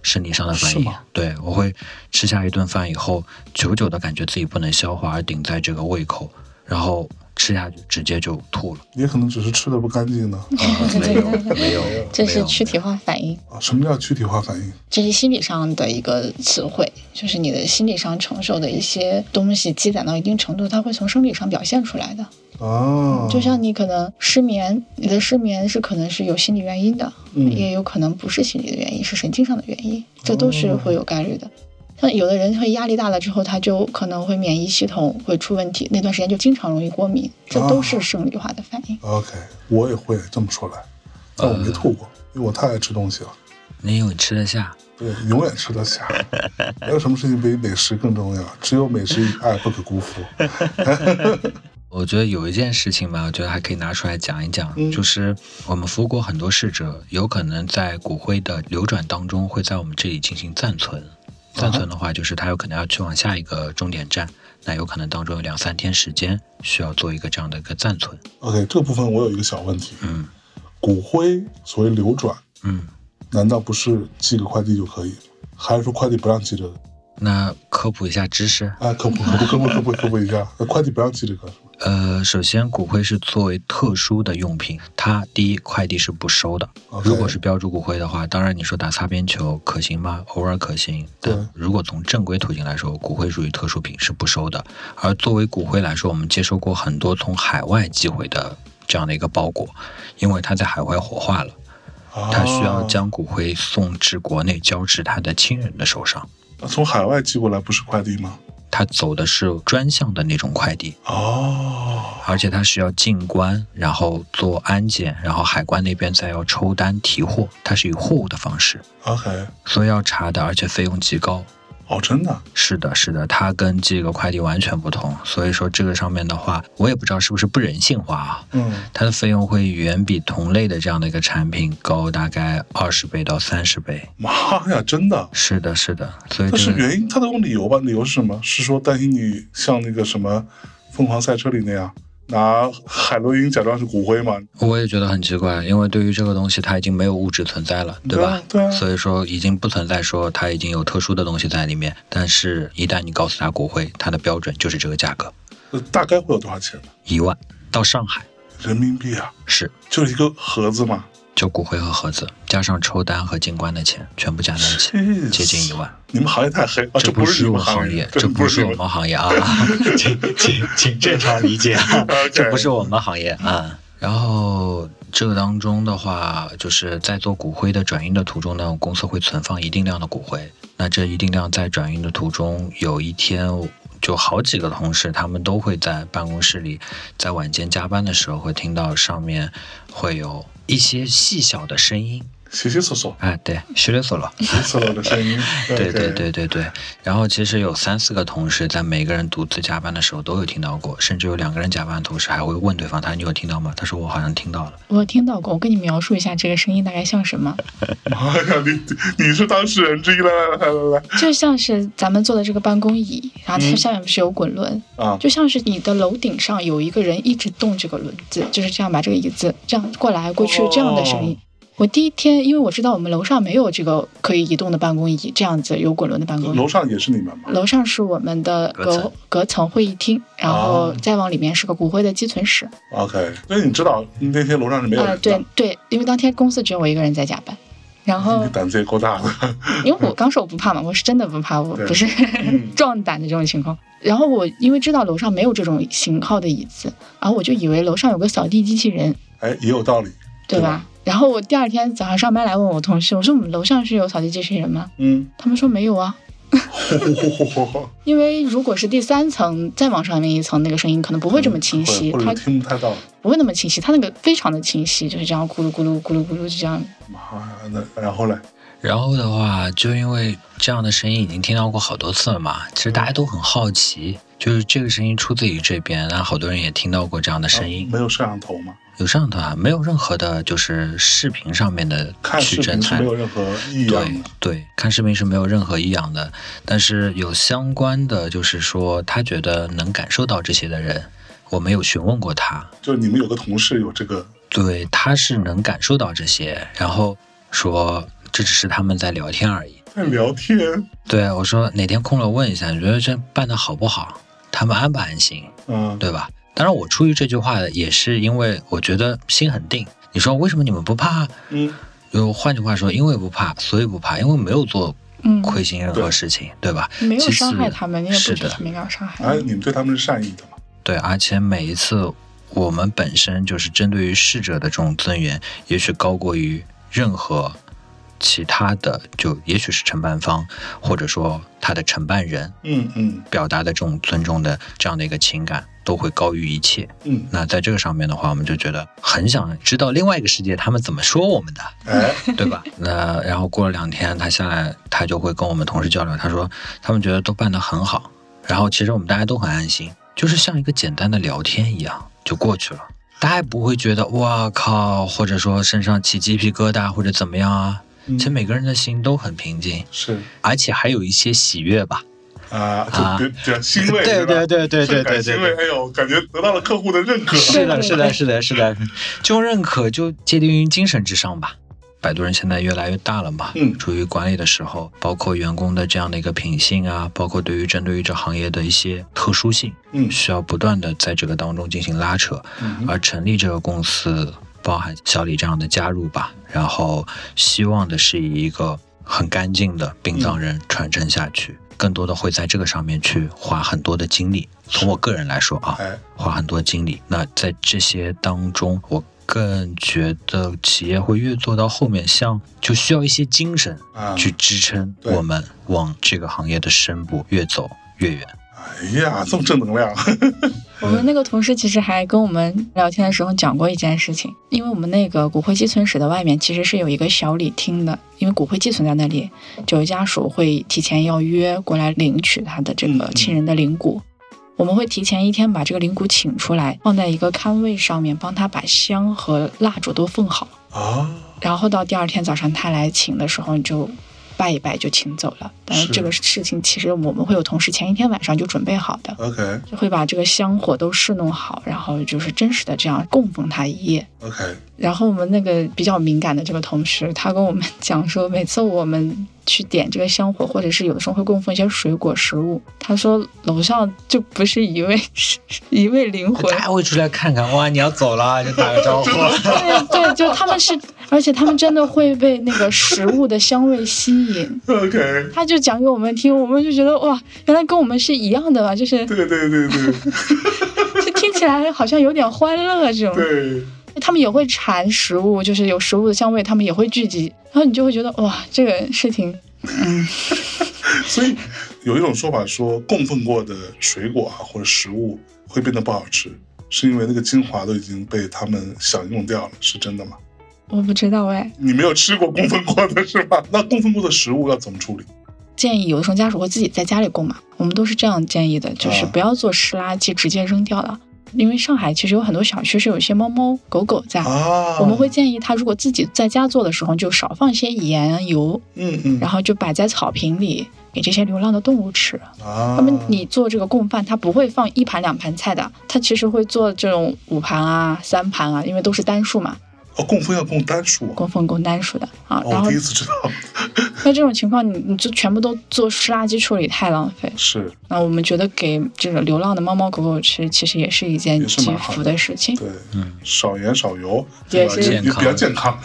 S2: 生理上的反
S3: 是
S2: 应
S3: 吗。
S2: 对，我会吃下一顿饭以后，久久的感觉自己不能消化，而顶在这个胃口，然后吃下去直接就 吐了。
S3: 也可能只是吃的不干净呢。
S2: 啊没有，没有，
S1: 这
S2: 没
S1: 是
S2: 有
S1: 躯体化反应，
S3: 啊，什么叫躯体化反应？
S1: 这是心理上的一个词汇，就是你的心理上承受的一些东西积攒到一定程度，它会从生理上表现出来的。
S3: 啊，
S1: 就像你可能失眠，你的失眠是可能是有心理原因的，
S3: 嗯
S1: 也有可能不是心理的原因，是神经上的原因，这都
S3: 哦
S1: 是会有概率的。像有的人会压力大了之后，他就可能会免疫系统会出问题，那段时间就经常容易过敏，这都
S3: 哦
S1: 是生理化的反应。
S3: OK，我也会这么说来，但我没吐过，因为我太爱吃东西了。
S2: 你有吃得下。
S3: 对，永远吃得下。没有什么事情比美食更重要，只有美食与爱不可辜负。
S2: 我觉得有一件事情吧，我觉得还可以拿出来讲一讲，
S3: 嗯
S2: 就是我们服务过很多逝者，有可能在骨灰的流转当中会在我们这里进行暂存。暂存的话，就是他有可能要去往下一个终点站，那有可能当中有两三天时间需要做一个这样的一个暂存。
S3: OK，这部分我有一个小问题：
S2: 嗯
S3: 骨灰所谓流转，
S2: 嗯，
S3: 难道不是寄个快递就可以吗？还是说快递不让寄这个？
S2: 那科普一下知识，
S3: 哎，科普科普科普科普科普一下，快递不让寄这个。
S2: 呃，首先骨灰是作为特殊的用品，它第一快递是不收的。
S3: OK
S2: 如果是标注骨灰的话，当然你说打擦边球可行吗？偶尔可行，
S3: 对
S2: 但如果从正规途径来说，骨灰属于特殊品，是不收的。而作为骨灰来说，我们接收过很多从海外寄回的这样的一个包裹，因为它在海外火化了，
S3: 啊
S2: 它需
S3: 哦
S2: 要将骨灰送至国内交至他的亲人的手上。
S3: 啊从海外寄过来，不是快递吗？
S2: 它走的是专项的那种快递，
S3: 哦，
S2: 而且它是要进关，然后做安检，然后海关那边再要抽单提货，它是以货物的方式，
S3: OK，
S2: 所以要查的，而且费用极高。
S3: 哦，真的，
S2: 是的，是的，它跟这个快递完全不同，所以说这个上面的话，我也不知道是不是不人性化啊，
S3: 嗯，
S2: 它的费用会远比同类的这样的一个产品高大概二十倍到三十倍。
S3: 妈呀，真的，
S2: 是的，是的，所以
S3: 但是
S2: 这个
S3: 原因，他都有理由吧？理由是什么？是说担心你像那个什么《疯狂赛车》里那样拿海洛因假装是骨灰嘛？
S2: 我也觉得很奇怪，因为对于这个东西，它已经没有物质存在了，对吧？
S3: 对啊，对啊
S2: 所以说已经不存在说它已经有特殊的东西在里面，但是一旦你告诉他骨灰，它的标准就是这个价格，
S3: 呃大概会有多少钱呢？
S2: 一万到上海
S3: 人民币啊，
S2: 是
S3: 就是一个盒子嘛，
S2: 就骨灰和盒子加上抽单和进关的钱，全部加在一起
S3: 嗯
S2: 接近一万。
S3: 你们行业太黑啊！
S2: 这
S3: 不
S2: 是
S3: 你
S2: 我
S3: 们
S2: 们行
S3: 业，
S2: 这
S3: 不
S2: 不
S3: 是
S2: 是
S3: 你
S2: 我
S3: 们。
S2: 们行业啊， 请请请正常理解啊
S3: OK
S2: 这不是我们行业啊。然后这个当中的话，就是在做骨灰的转运的途中呢，公司会存放一定量的骨灰。那这一定量在转运的途中，有一天就好几个同事，他们都会在办公室里，在晚间加班的时候，会听到上面会有一些细小的声音。
S3: 洗洗厕所，
S2: 哎，对，学了所了。
S3: 洗洗厕所的声音。
S2: 对
S3: OK
S2: 对， 对对对，然后其实有三四个同事在每个人独自加班的时候都有听到过，甚至有两个人加班的同时还会问对方，他说你有听到吗？他说我好像听到了。
S1: 我听到过，我给你描述一下这个声音大概像什么，
S3: 妈呀，你你是当事人之一，来来来来来
S1: 就像是咱们坐的这个办公椅，然后它
S3: 嗯
S1: 下面不是有滚轮，
S3: 啊！
S1: 就像是你的楼顶上有一个人一直动这个轮子，就是这样把这个椅子这样过来过去
S3: 哦
S1: 这样的声音。我第一天，因为我知道我们楼上没有这个可以移动的办公椅，这样子有滚轮的办公椅。
S3: 楼上也是你们吗？
S1: 楼上是我们的
S2: 隔
S1: 隔
S2: 层
S1: 隔层会议厅，然后
S3: 哦
S1: 再往里面是个骨灰的积存室。
S3: OK，所以你知道那天楼上是没有
S1: 啊、
S3: 人的。
S1: 对对，因为当天公司只有我一个人在加班，然后
S3: 你胆子也够大的，
S1: 因为我刚说我不怕嘛，我是真的不怕，我
S3: 对
S1: 不是
S3: 嗯
S1: 壮胆的这种情况。然后我因为知道楼上没有这种型号的椅子，然后我就以为楼上有个扫地机器人，
S3: 哎，也有道理，
S1: 对
S3: 对
S1: 吧？然后我第二天早上上班来问我同事，我说我们楼上是有扫地机器人吗？
S3: 嗯，
S1: 他们说没有啊，因为如果是第三层再往上面一层，那个声音可能 不会这么清晰，
S3: 或者
S1: 它
S3: 听不太到。
S1: 不会那么清晰，它那个非常的清晰，就是这样咕噜咕噜咕噜咕噜就这样。
S3: 妈呀，那然后嘞，
S2: 然后的话，就因为这样的声音已经听到过好多次了嘛，其实大家都很好奇，就是这个声音出自于这边，然后好多人也听到过这样的声音。
S3: 啊哦没有摄像头嘛，
S2: 有摄像头啊，没有任何的，就是视频上面的
S3: 看
S2: 去
S3: 视
S2: 侦
S3: 频是没
S2: 探
S3: 有。任何异样
S2: 对
S3: 的。
S2: 对，看视频是没有任何异样的，但是有相关的，就是说他觉得能感受到这些的人，我没有询问过他，
S3: 就是你们有个同事有这个，
S2: 对，他是能感受到这些，然后说这只是他们在聊天而已。
S3: 在聊天，
S2: 对啊我说哪天空了问一下，你觉得这办的好不好？他们安不安心？
S3: 嗯，
S2: 对吧？当然，我出于这句话也是因为我觉得心很定。你说为什么你们不怕？
S3: 嗯，
S2: 就换句话说，因为不怕，所以不怕，因为没有做
S1: 嗯，
S2: 亏心任何事情，对吧？
S1: 没有
S2: 其次
S1: 伤害他们，你也不
S2: 是
S1: 觉得
S2: 的
S1: 他，们应该有伤害
S3: 哎，
S1: 你。
S3: 你们对他们是善意的嘛？
S2: 对，而且每一次我们本身就是针对于逝者的这种尊严，也许高过于任何其他的，就也许是承办方或者说他的承办人
S3: 嗯嗯
S2: 表达的这种尊重的这样的一个情感，都会高于一切。
S3: 嗯，
S2: 那在这个上面的话，我们就觉得很想知道另外一个世界他们怎么说我们的，
S3: 哎，
S2: 对吧？ 那然后过了两天，他下来，他就会跟我们同事交流，他说他们觉得都办得很好，然后其实我们大家都很安心，就是像一个简单的聊天一样就过去了，大家也不会觉得哇靠，或者说身上起鸡皮疙瘩或者怎么样啊。
S3: 嗯
S2: 其实每个人的心都很平静，
S3: 是
S2: 而且还有一些喜悦吧。
S3: 啊，
S2: 啊
S3: 就比比较欣慰，
S2: 对对
S3: 吧
S2: 对对对
S3: 是
S2: 对
S3: 很
S2: 对
S3: 欣慰，
S2: 对。
S3: 哎呦，感觉得到了客户的认可，
S2: 是的，是的，是的，是的，这种认可嗯就界定于精神之上吧。摆渡人现在越来越大了嘛，
S3: 嗯
S2: 处于管理的时候，包括员工的这样的一个品性啊，包括对于针对于这行业的一些特殊性，
S3: 嗯
S2: 需要不断的在这个当中进行拉扯，
S3: 嗯
S2: 而成立这个公司，包含小李这样的加入吧，然后希望的是以一个很干净的殡葬人传承下去，更多的会在这个上面去花很多的精力。从我个人来说啊，
S3: 哎，
S2: 花很多精力。那在这些当中，我更觉得企业会越做到后面，像就需要一些精神
S3: 啊，
S2: 去支撑
S3: 对
S2: 我们往这个行业的深部越走越远。
S3: 哎呀，这么正能量，
S1: 我们那个同事其实还跟我们聊天的时候讲过一件事情，因为我们那个骨灰寄存室的外面其实是有一个小礼厅的，因为骨灰寄存在那里，就有家属会提前要约过来领取他的这个亲人的灵骨。我们会提前一天把这个灵骨请出来，放在一个龛位上面，帮他把香和蜡烛都奉好，
S3: 啊，
S1: 然后到第二天早上他来请的时候，你就拜一拜就请走了。但是
S3: 是
S1: 这个事情其实我们会有同事前一天晚上就准备好的，
S3: OK
S1: 就会把这个香火都侍弄好，然后就是真实的这样供奉他一夜。
S3: OK，
S1: 然后我们那个比较敏感的这个同事，他跟我们 讲说，每次我们去点这个香火，或者是有的时候会供奉一些水果食物，他说楼上就不是一位一位灵魂
S2: 大，家会出来看看，哇，你要走了就打个招呼。
S1: 对对，就他们是，而且他们真的会被那个食物的香味吸引。
S3: OK，
S1: 他就讲给我们听，我们就觉得哇，原来跟我们是一样的吧，啊就是
S3: 对对对对
S1: 就听起来好像有点欢乐啊这种。
S3: 对，
S1: 他们也会馋食物，就是有食物的香味，他们也会聚集，然后你就会觉得哇，这个事情，嗯，
S3: 所以有一种说法说，供奉过的水果啊或者食物会变得不好吃，是因为那个精华都已经被他们享用掉了，是真的吗？
S1: 我不知道哎。
S3: 你没有吃过供奉过的是吧？那供奉过的食物要怎么处理？
S1: 建议有的时候家属会自己在家里供嘛，我们都是这样建议的，就是
S3: 啊
S1: 不要做湿垃圾直接扔掉了，因为上海其实有很多小区是有一些猫猫狗狗在。
S3: 啊，
S1: 我们会建议他，如果自己在家做的时候，就少放一些盐油，
S3: 嗯嗯
S1: 然后就摆在草坪里给这些流浪的动物吃。
S3: 啊，
S1: 那么你做这个供饭，它不会放一盘两盘菜的，它其实会做这种五盘啊、三盘啊，因为都是单数嘛，
S3: 哦，供奉要供单数啊，
S1: 供奉供单数的啊。
S3: 哦
S1: 然
S3: 我
S1: 后
S3: 第一次知道，
S1: 那这种情况，你你就全部都做湿垃圾处理，太浪费。
S3: 是
S1: 那我们觉得给这个流浪的猫猫狗狗吃，其实也是一件
S3: 也是
S1: 积
S3: 蛮好
S1: 福的事情。
S3: 对，
S2: 嗯，
S3: 少盐少油，
S1: 也
S3: 对吧
S1: 是
S3: 也也比较健康，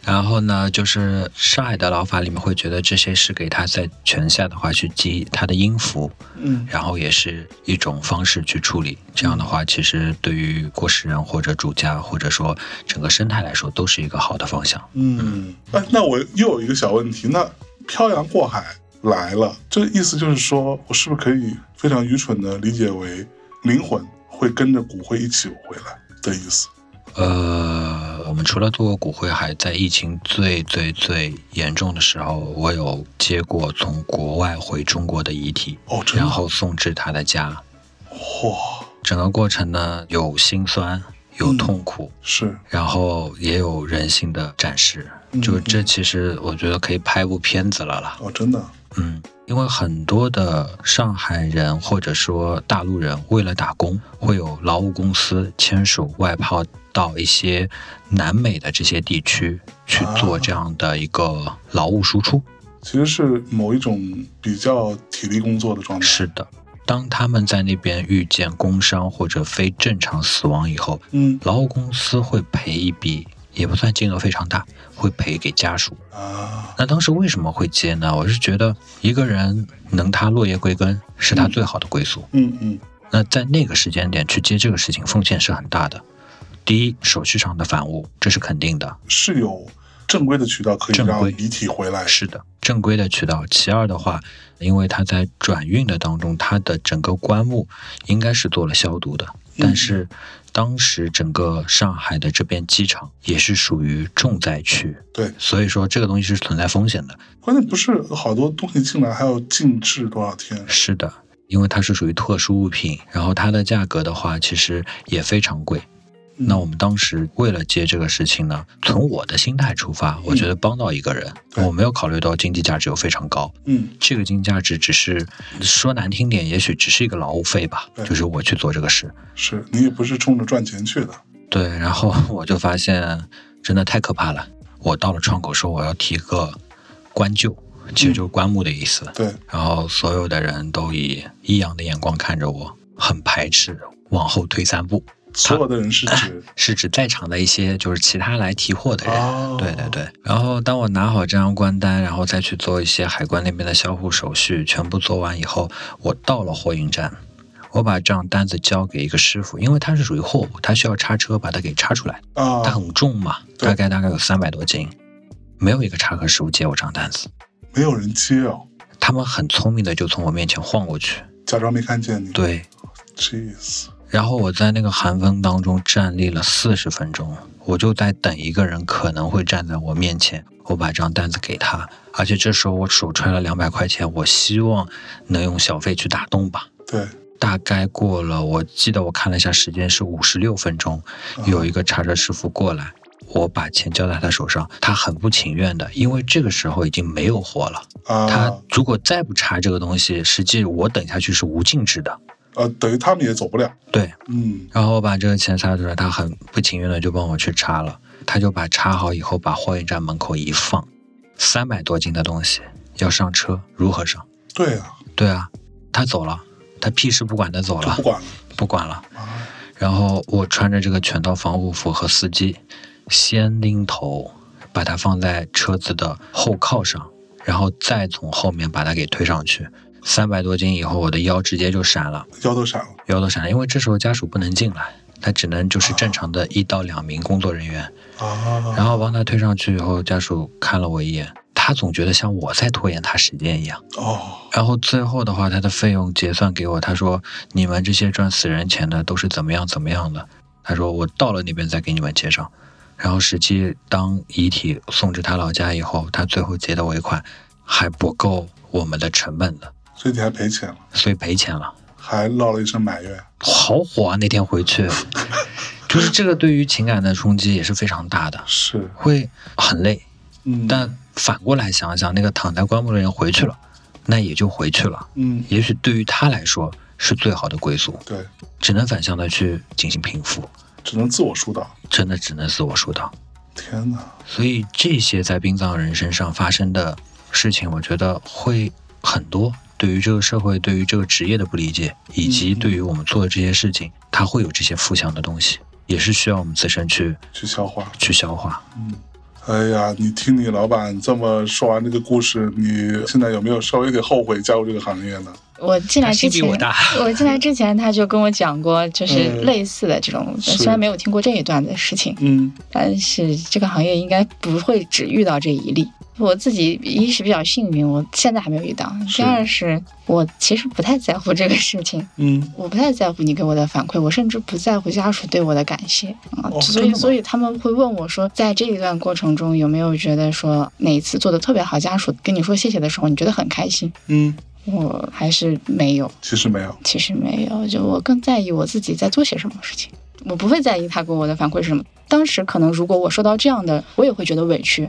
S2: 然后呢，就是上海的老法里面会觉得这些是给他在泉下的话去记他的音符，
S3: 嗯
S2: 然后也是一种方式去处理。这样的话，其实对于过世人或者主家，或者说整个生态来说，都是一个好的方向。
S3: 嗯，哎，那我又有一个小问题，那漂洋过海来了，这意思就是说我是不是可以非常愚蠢的理解为灵魂会跟着骨灰一起回来的意思？
S2: 呃，我们除了做骨灰海，在疫情最最最严重的时候，我有接过从国外回中国的遗体，
S3: 哦，真
S2: 然
S3: 的
S2: 后送至他的家。
S3: 嚯，
S2: 整个过程呢，有心酸，有
S3: 嗯
S2: 痛苦，
S3: 是，
S2: 然后也有人性的展示。
S3: 嗯
S2: 就这，其实我觉得可以拍部片子了啦。
S3: 哦，真的，
S2: 嗯，因为很多的上海人或者说大陆人，为了打工，会有劳务公司签署外派到一些南美的这些地区去做这样的一个劳务输出。
S3: 其实是某一种比较体力工作的状态。
S2: 是的，当他们在那边遇见工伤或者非正常死亡以后，
S3: 嗯
S2: 劳务公司会赔一笔，也不算金额非常大，会赔给家属。
S3: 啊，
S2: 那当时为什么会接呢？我是觉得一个人能他落叶归根是他最好的归宿。
S3: 嗯嗯
S2: 那在那个时间点去接这个事情，风险是很大的。第一，手续上的反误，这是肯定的，
S3: 是有正规的渠道可以
S2: 正
S3: 让
S2: 规
S3: 遗体回来。
S2: 是的，正规的渠道。其二的话，因为它在转运的当中，它的整个棺木应该是做了消毒的，但是当时整个上海的这边机场也是属于重灾区，
S3: 对，
S2: 所以说这个东西是存在风险的。
S3: 关键不是好多东西进来还要静置多少天？
S2: 是的，因为它是属于特殊物品，然后它的价格的话，其实也非常贵。
S3: 嗯
S2: 那我们当时为了接这个事情呢，从我的心态出发，我觉得帮到一个人，
S3: 嗯对
S2: 我没有考虑到经济价值有非常高。
S3: 嗯
S2: 这个经济价值只是说难听点，也许只是一个劳务费吧
S3: 对，
S2: 就是我去做这个事。
S3: 是你也不是冲着赚钱去的。
S2: 对，然后 我就发现真的太可怕了。我到了窗口说我要提个棺柩，其
S3: 嗯
S2: 实就是棺木的意思。
S3: 对，
S2: 然后所有的人都以异样的眼光看着我，很排斥，往后退三步，
S3: 所有的人是指
S2: 是指在场的一些就是其他来提货的人。
S3: 哦，
S2: 对对，对，然后当我拿好这张关单，然后再去做一些海关那边的销户手续，全部做完以后，我到了货运站，我把这张单子交给一个师傅，因为它是属于货物，它需要叉车把它给叉出来，它
S3: 啊，
S2: 很重嘛，
S3: 对
S2: 大概大概有三百多斤，没有一个叉客师傅接我这张单子，
S3: 没有人接哦，
S2: 他们很聪明的就从我面前晃过去，
S3: 假装没看见你。
S2: 对，
S3: ，jeez，
S2: 然后我在那个寒风当中站立了四十分钟，我就在等一个人可能会站在我面前，我把这张单子给他，而且这时候我手揣了两百块钱，我希望能用小费去打动吧。
S3: 对，
S2: 大概过了，我记得我看了一下时间是五十六分钟，有一个查车师傅过来，我把钱交在他手上，他很不情愿的，因为这个时候已经没有货了，
S3: 啊
S2: 他
S3: 啊
S2: 如果再不查这个东西，实际我等下去是无尽止的。，
S3: 呃等于他们也走不了。
S2: 对，
S3: 嗯，
S2: 然后我把这个钱撒出来，他很不情愿的就帮我去插了，他就把插好以后，把货运站门口一放，三百多斤的东西要上车，如何上？
S3: 对啊，
S2: 对啊，他走了，他屁事不管的走
S3: 就
S2: 了
S3: 不，管了。
S2: 不管了。
S3: 啊，
S2: 然后我穿着这个全套防护服和司机，先拎头，把它放在车子的后靠上，然后再从后面把它给推上去。三百多斤以后，我的腰直接就闪了。
S3: 腰都闪了。
S2: 腰都闪了，因为这时候家属不能进来，他只能就是正常的一到两名工作人员，
S3: 啊，
S2: 然后帮他推上去以后，家属看了我一眼，他总觉得像我在拖延他时间一样。
S3: 哦，
S2: 然后最后的话，他的费用结算给我，他说你们这些赚死人钱的都是怎么样怎么样的，他说我到了那边再给你们结账。然后实际当遗体送至他老家以后，他最后结的尾款还不够我们的成本的，
S3: 所以你还赔钱了，
S2: 所以赔钱了。
S3: 还落了一身埋怨。
S2: 好火啊！那天回去， 就是这个对于情感的冲击也是非常大的，
S3: 是，
S2: 会很累。
S3: 嗯，
S2: 但反过来想想，那个躺在棺木的人回去了，那也就回去了。
S3: 嗯，
S2: 也许对于他来说是最好的归宿，
S3: 对，
S2: 只能反向的去进行平复，
S3: 只能自我疏导。
S2: 真的只能自我疏导。
S3: 天哪，
S2: 所以这些在殡葬人身上发生的事情，我觉得会很多。对于这个社会、对于这个职业的不理解，以及
S3: 嗯
S2: 对于我们做的这些事情，它会有这些负向的东西，也是需要我们自身去
S3: 去消化。
S2: 去消化。
S3: 嗯，哎呀，你听你老板这么说完这个故事，你现在有没有稍微有点后悔加入这个行业呢？
S1: 我进来之前，
S2: 他心比我大
S1: 进来之前他就跟我讲过，就是类似的这种，
S3: 嗯是
S1: 虽然没有听过这一段的事情，
S3: 嗯
S1: 但是这个行业应该不会只遇到这一例。我自己一是比较幸运，我现在还没有遇到；
S3: 是
S1: 第二是我其实不太在乎这个事情，
S3: 嗯，
S1: 我不太在乎你给我的反馈，我甚至不在乎家属对我的感谢啊、
S3: 哦
S1: 所
S3: 真
S1: 以
S3: 的吗
S1: 所以他们会问我说，在这一段过程中有没有觉得说哪一次做的特别好，家属跟你说谢谢的时候，你觉得很开心？
S3: 嗯，
S1: 我还是没有，
S3: 其实没有，
S1: 其实没有，就我更在意我自己在做些什么事情，我不会在意他给我的反馈是什么。当时可能如果我收到这样的，我也会觉得委屈，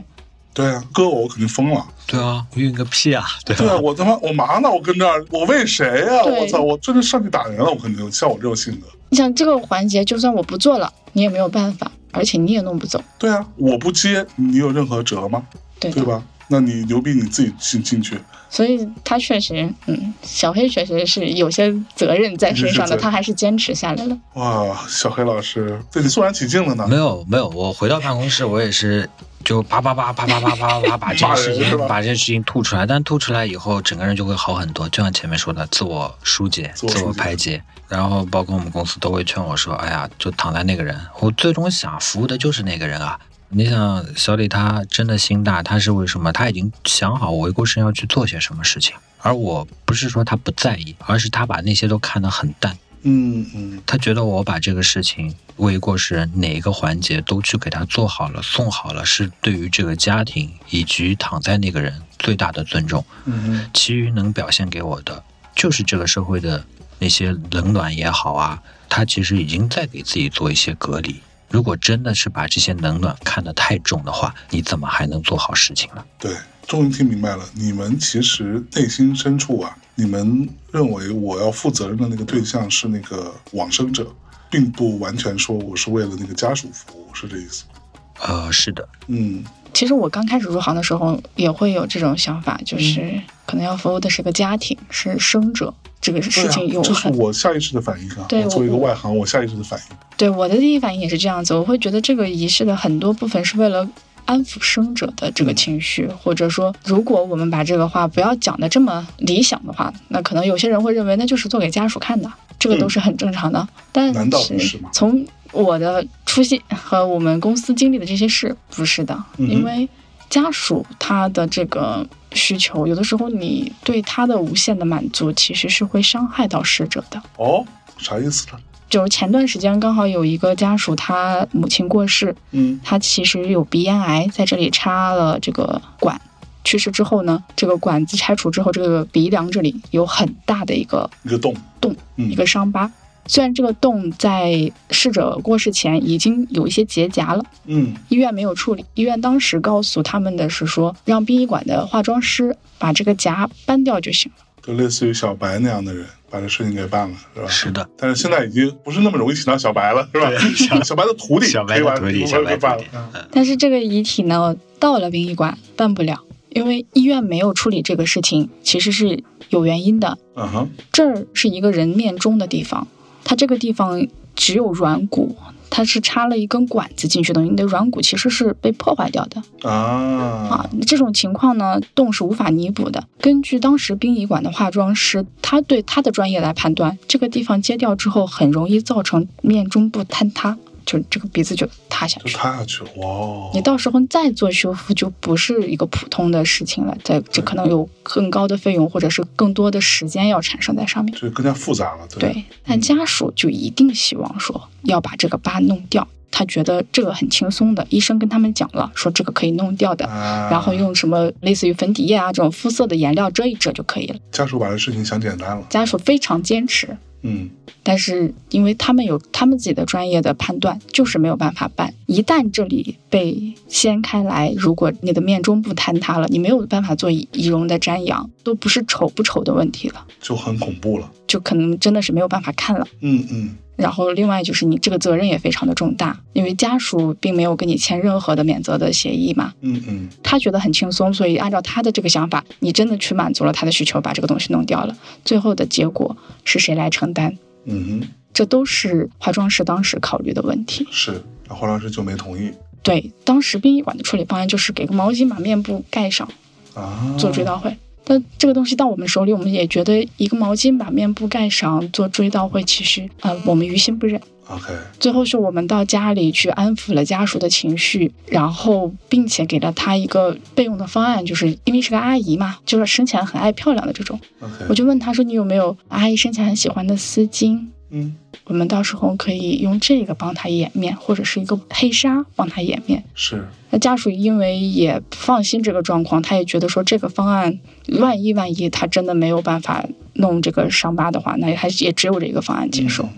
S3: 对啊，哥我肯定疯了。
S2: 对啊，晕个屁啊，对
S3: 对啊，
S2: 吧？
S3: 我他妈我麻呢，我跟这儿，我为谁呀、
S1: 对
S3: 我操，我真的上去打人了，我肯定像我这种性格。
S1: 你想这个环节，就算我不做了，你也没有办法，而且你也弄不走，
S3: 对啊，我不接，你有任何辙吗？
S1: 对的
S3: 对吧？那你牛逼，你自己进进去。
S1: 所以他确实，嗯，小黑确实是有些责任在身上
S3: 是是
S1: 的，
S3: 是
S1: 他还是坚持下来了。
S3: 哇，小黑老师，对你肃然起敬了呢
S2: 没。有没有，我回到办公室，我也是就叭叭叭叭叭叭叭叭把这
S3: 骂
S2: 个
S3: 人
S2: 事
S3: 是
S2: 情
S3: 吧
S2: 把这件事情吐出来，但吐出来以后，整个人就会好很多。就像前面说的，自我疏解、
S3: 自我
S2: 自
S3: 疏解
S2: 我排解，然后包括我们公司都会劝我说：“哎呀，就躺在那个人。”我最终想服务的就是那个人啊。你想，小李他真的心大，他是为什么？他已经想好回过身要去做些什么事情，而我不是说他不在意，而是他把那些都看得很淡。
S3: 嗯嗯，
S2: 他觉得我把这个事情为过事人哪一个环节都去给他做好了、送好了，是对于这个家庭以及躺在那个人最大的尊重。
S3: 嗯
S2: 其余能表现给我的，就是这个社会的那些冷暖也好啊，他其实已经在给自己做一些隔离。如果真的是把这些冷暖看得太重的话，你怎么还能做好事情呢？
S3: 对，终于听明白了，你们其实内心深处啊，你们认为我要负责任的那个对象是那个往生者，并不完全说我是为了那个家属服务，是这意思吗。
S2: 呃，是的，
S3: 嗯
S1: 其实我刚开始入行的时候也会有这种想法，
S3: 嗯
S1: 就是可能要服务的是个家庭，是生者，这个
S3: 对
S1: 事
S3: 啊
S1: 情有，
S3: 这是
S1: 很
S3: 我下意识的反应啊！
S1: 对
S3: 我作为一个
S1: 我
S3: 外行，我下意识的反应。
S1: 对我的第一反应也是这样子，我会觉得这个仪式的很多部分是为了。安抚生者的这个情绪，或者说，如果我们把这个话不要讲的这么理想的话，那可能有些人会认为那就是做给家属看的，这个都是很正常的。但
S3: 难道不是吗
S1: 从我的出现和我们公司经历的这些事，不是的，
S3: 嗯哼
S1: 因为家属他的这个需求，有的时候你对他的无限的满足，其实是会伤害到逝者的。
S3: 哦，啥意思呢？
S1: 就是前段时间刚好有一个家属，他母亲过世，
S3: 嗯
S1: 他其实有鼻咽癌，在这里插了这个管。去世之后呢，这个管子拆除之后，这个鼻梁这里有很大的一个
S3: 一个洞，
S1: 洞，
S3: 嗯
S1: 一个伤疤。虽然这个洞在逝者过世前已经有一些结痂了，
S3: 嗯
S1: 医院没有处理。医院当时告诉他们的是说，让殡仪馆的化妆师把这个痂搬掉就行了。
S3: 就类似于小白那样的人，把这事情给办了，是吧？
S2: 是的，
S3: 但是现在已经不是那么容易请到小白了，是吧？
S2: 小
S3: 小白的徒弟，
S2: 小白的徒弟，
S3: 可
S2: 小
S3: 以把
S2: 白
S3: 这
S2: 徒
S3: 办
S2: 弟
S3: 了，
S2: 嗯
S1: 但是这个遗体呢，到了殡仪馆办不了，因为医院没有处理这个事情，其实是有原因的。
S3: 嗯哼，
S1: 这儿是一个人面中的地方，它这个地方只有软骨，它是插了一根管子进去的，你的软骨其实是被破坏掉的啊
S3: 啊，。
S1: 这种情况呢，洞是无法弥补的。根据当时殡仪馆的化妆师，他对他的专业来判断，这个地方揭掉之后，很容易造成面中部坍塌，就这个鼻子就塌下
S3: 就
S1: 去了。
S3: 塌下去了，哇哦！
S1: 你到时候再做修复，就不是一个普通的事情了，在
S3: 嗯
S1: 这可能有更高的费用，或者是更多的时间要产生在上面。
S3: 这更加复杂了，对嗯吧，
S1: 对，但家属就一定希望说要把这个疤弄掉，他觉得这个很轻松的，医生跟他们讲了，说这个可以弄掉的，
S3: 啊，
S1: 然后用什么类似于粉底液啊这种肤色的颜料遮一遮就可以了。
S3: 家属把这事情想简单了，
S1: 家属非常坚持，
S3: 嗯，
S1: 但是因为他们有他们自己的专业的判断，就是没有办法办。一旦这里被掀开来，如果你的面中部坍塌了，你没有办法做仪容的瞻仰，都不是丑不丑的问题了，
S3: 就很恐怖了，
S1: 就可能真的是没有办法看了。
S3: 嗯嗯，
S1: 然后，另外就是你这个责任也非常的重大，因为家属并没有跟你签任何的免责的协议嘛，
S3: 嗯嗯，
S1: 他觉得很轻松，所以按照他的这个想法，你真的去满足了他的需求，把这个东西弄掉了，最后的结果是谁来承担？
S3: 嗯哼，
S1: 这都是化妆师当时考虑的问题。
S3: 是，然后黄老师就没同意，
S1: 对，当时殡仪馆的处理方案就是给个毛巾把面部盖上
S3: 啊，
S1: 做追悼会。但这个东西到我们手里，我们也觉得一个毛巾把面部盖上做追悼会，其实呃我们于心不忍。
S3: OK，
S1: 最后是我们到家里去安抚了家属的情绪，然后并且给了他一个备用的方案，就是因为是个阿姨嘛，就是生前很爱漂亮的这种，我
S3: OK，
S1: 就问他说你有没有阿姨生前很喜欢的丝巾？
S3: 嗯，
S1: 我们到时候可以用这个帮他掩面，或者是一个黑纱帮他掩面。
S3: 是
S1: 那家属因为也不放心这个状况，他也觉得说这个方案，万一万一他真的没有办法弄这个伤疤的话，那还也只有这个方案接
S3: 嗯
S1: 受。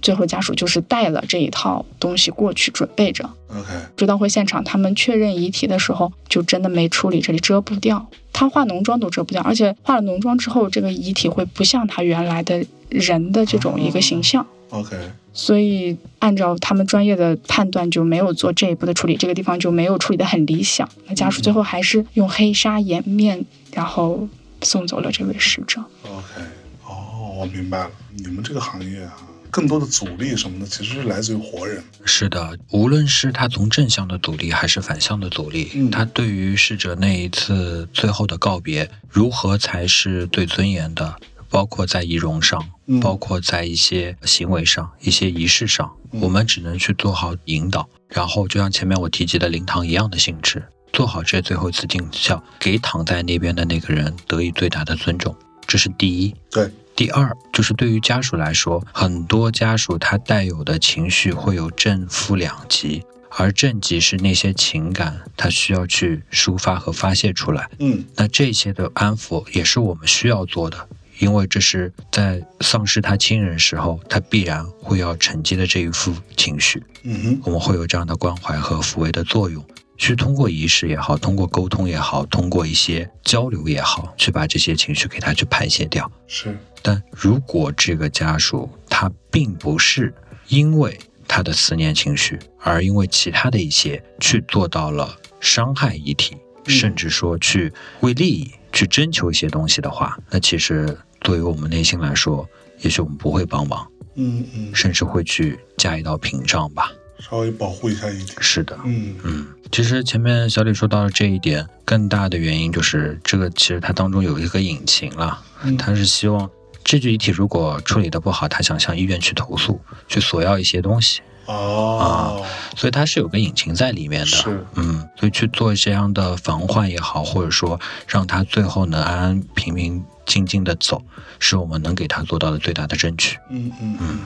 S1: 最后家属就是带了这一套东西过去准备着。
S3: OK，
S1: 追悼会现场，他们确认遗体的时候，就真的没处理这里遮不掉，他化浓妆都遮不掉，而且化了浓妆之后，这个遗体会不像他原来的人的这种一个形象。
S3: OK，
S1: 所以，按照他们专业的判断，就没有做这一步的处理，这个地方就没有处理得很理想。那家
S3: 嗯
S1: 属最后还是用黑纱掩面，然后送走了这位逝者。
S3: OK，哦，我明白了，你们这个行业啊，更多的阻力什么的，其实是来自于活人。
S2: 是的，无论是他从正向的阻力还是反向的阻力，
S3: 嗯
S2: 他对于逝者那一次最后的告别，如何才是最尊严的，包括在仪容上，
S3: 嗯
S2: 包括在一些行为上、一些仪式上，
S3: 嗯
S2: 我们只能去做好引导。然后，就像前面我提及的灵堂一样的性质，做好这最后一次尽孝，给躺在那边的那个人得以最大的尊重，这是第一。
S3: 对，
S2: 第二就是对于家属来说，很多家属他带有的情绪会有正负两极，而正极是那些情感他需要去抒发和发泄出来，
S3: 嗯，
S2: 那这些的安抚也是我们需要做的。因为这是在丧失他亲人时候，他必然会要承接的这一副情绪，
S3: 嗯哼，
S2: 我们会有这样的关怀和抚慰的作用，去通过仪式也好，通过沟通也好，通过一些交流也好，去把这些情绪给他去排泄掉。
S3: 是
S2: 但如果这个家属他并不是因为他的思念情绪，而因为其他的一些去做到了伤害遗体，
S3: 嗯
S2: 甚至说去为利益去征求一些东西的话，那其实对于我们内心来说，也许我们不会帮忙，
S3: 嗯嗯，
S2: 甚至会去加一道屏障吧。
S3: 稍微保护一下遗体。
S2: 是的，
S3: 嗯
S2: 嗯，其实前面小李说到了这一点，更大的原因就是这个，其实它当中有一个隐情了，
S3: 嗯
S2: 他是希望这具遗体如果处理的不好，他想向医院去投诉，去索要一些东西，
S3: 哦，
S2: 所以它是有个隐情在里面的。
S3: 是，
S2: 嗯，所以去做这样的防患也好，或者说让他最后能安安平平静静的走，是我们能给他做到的最大的争取。
S3: 嗯嗯嗯，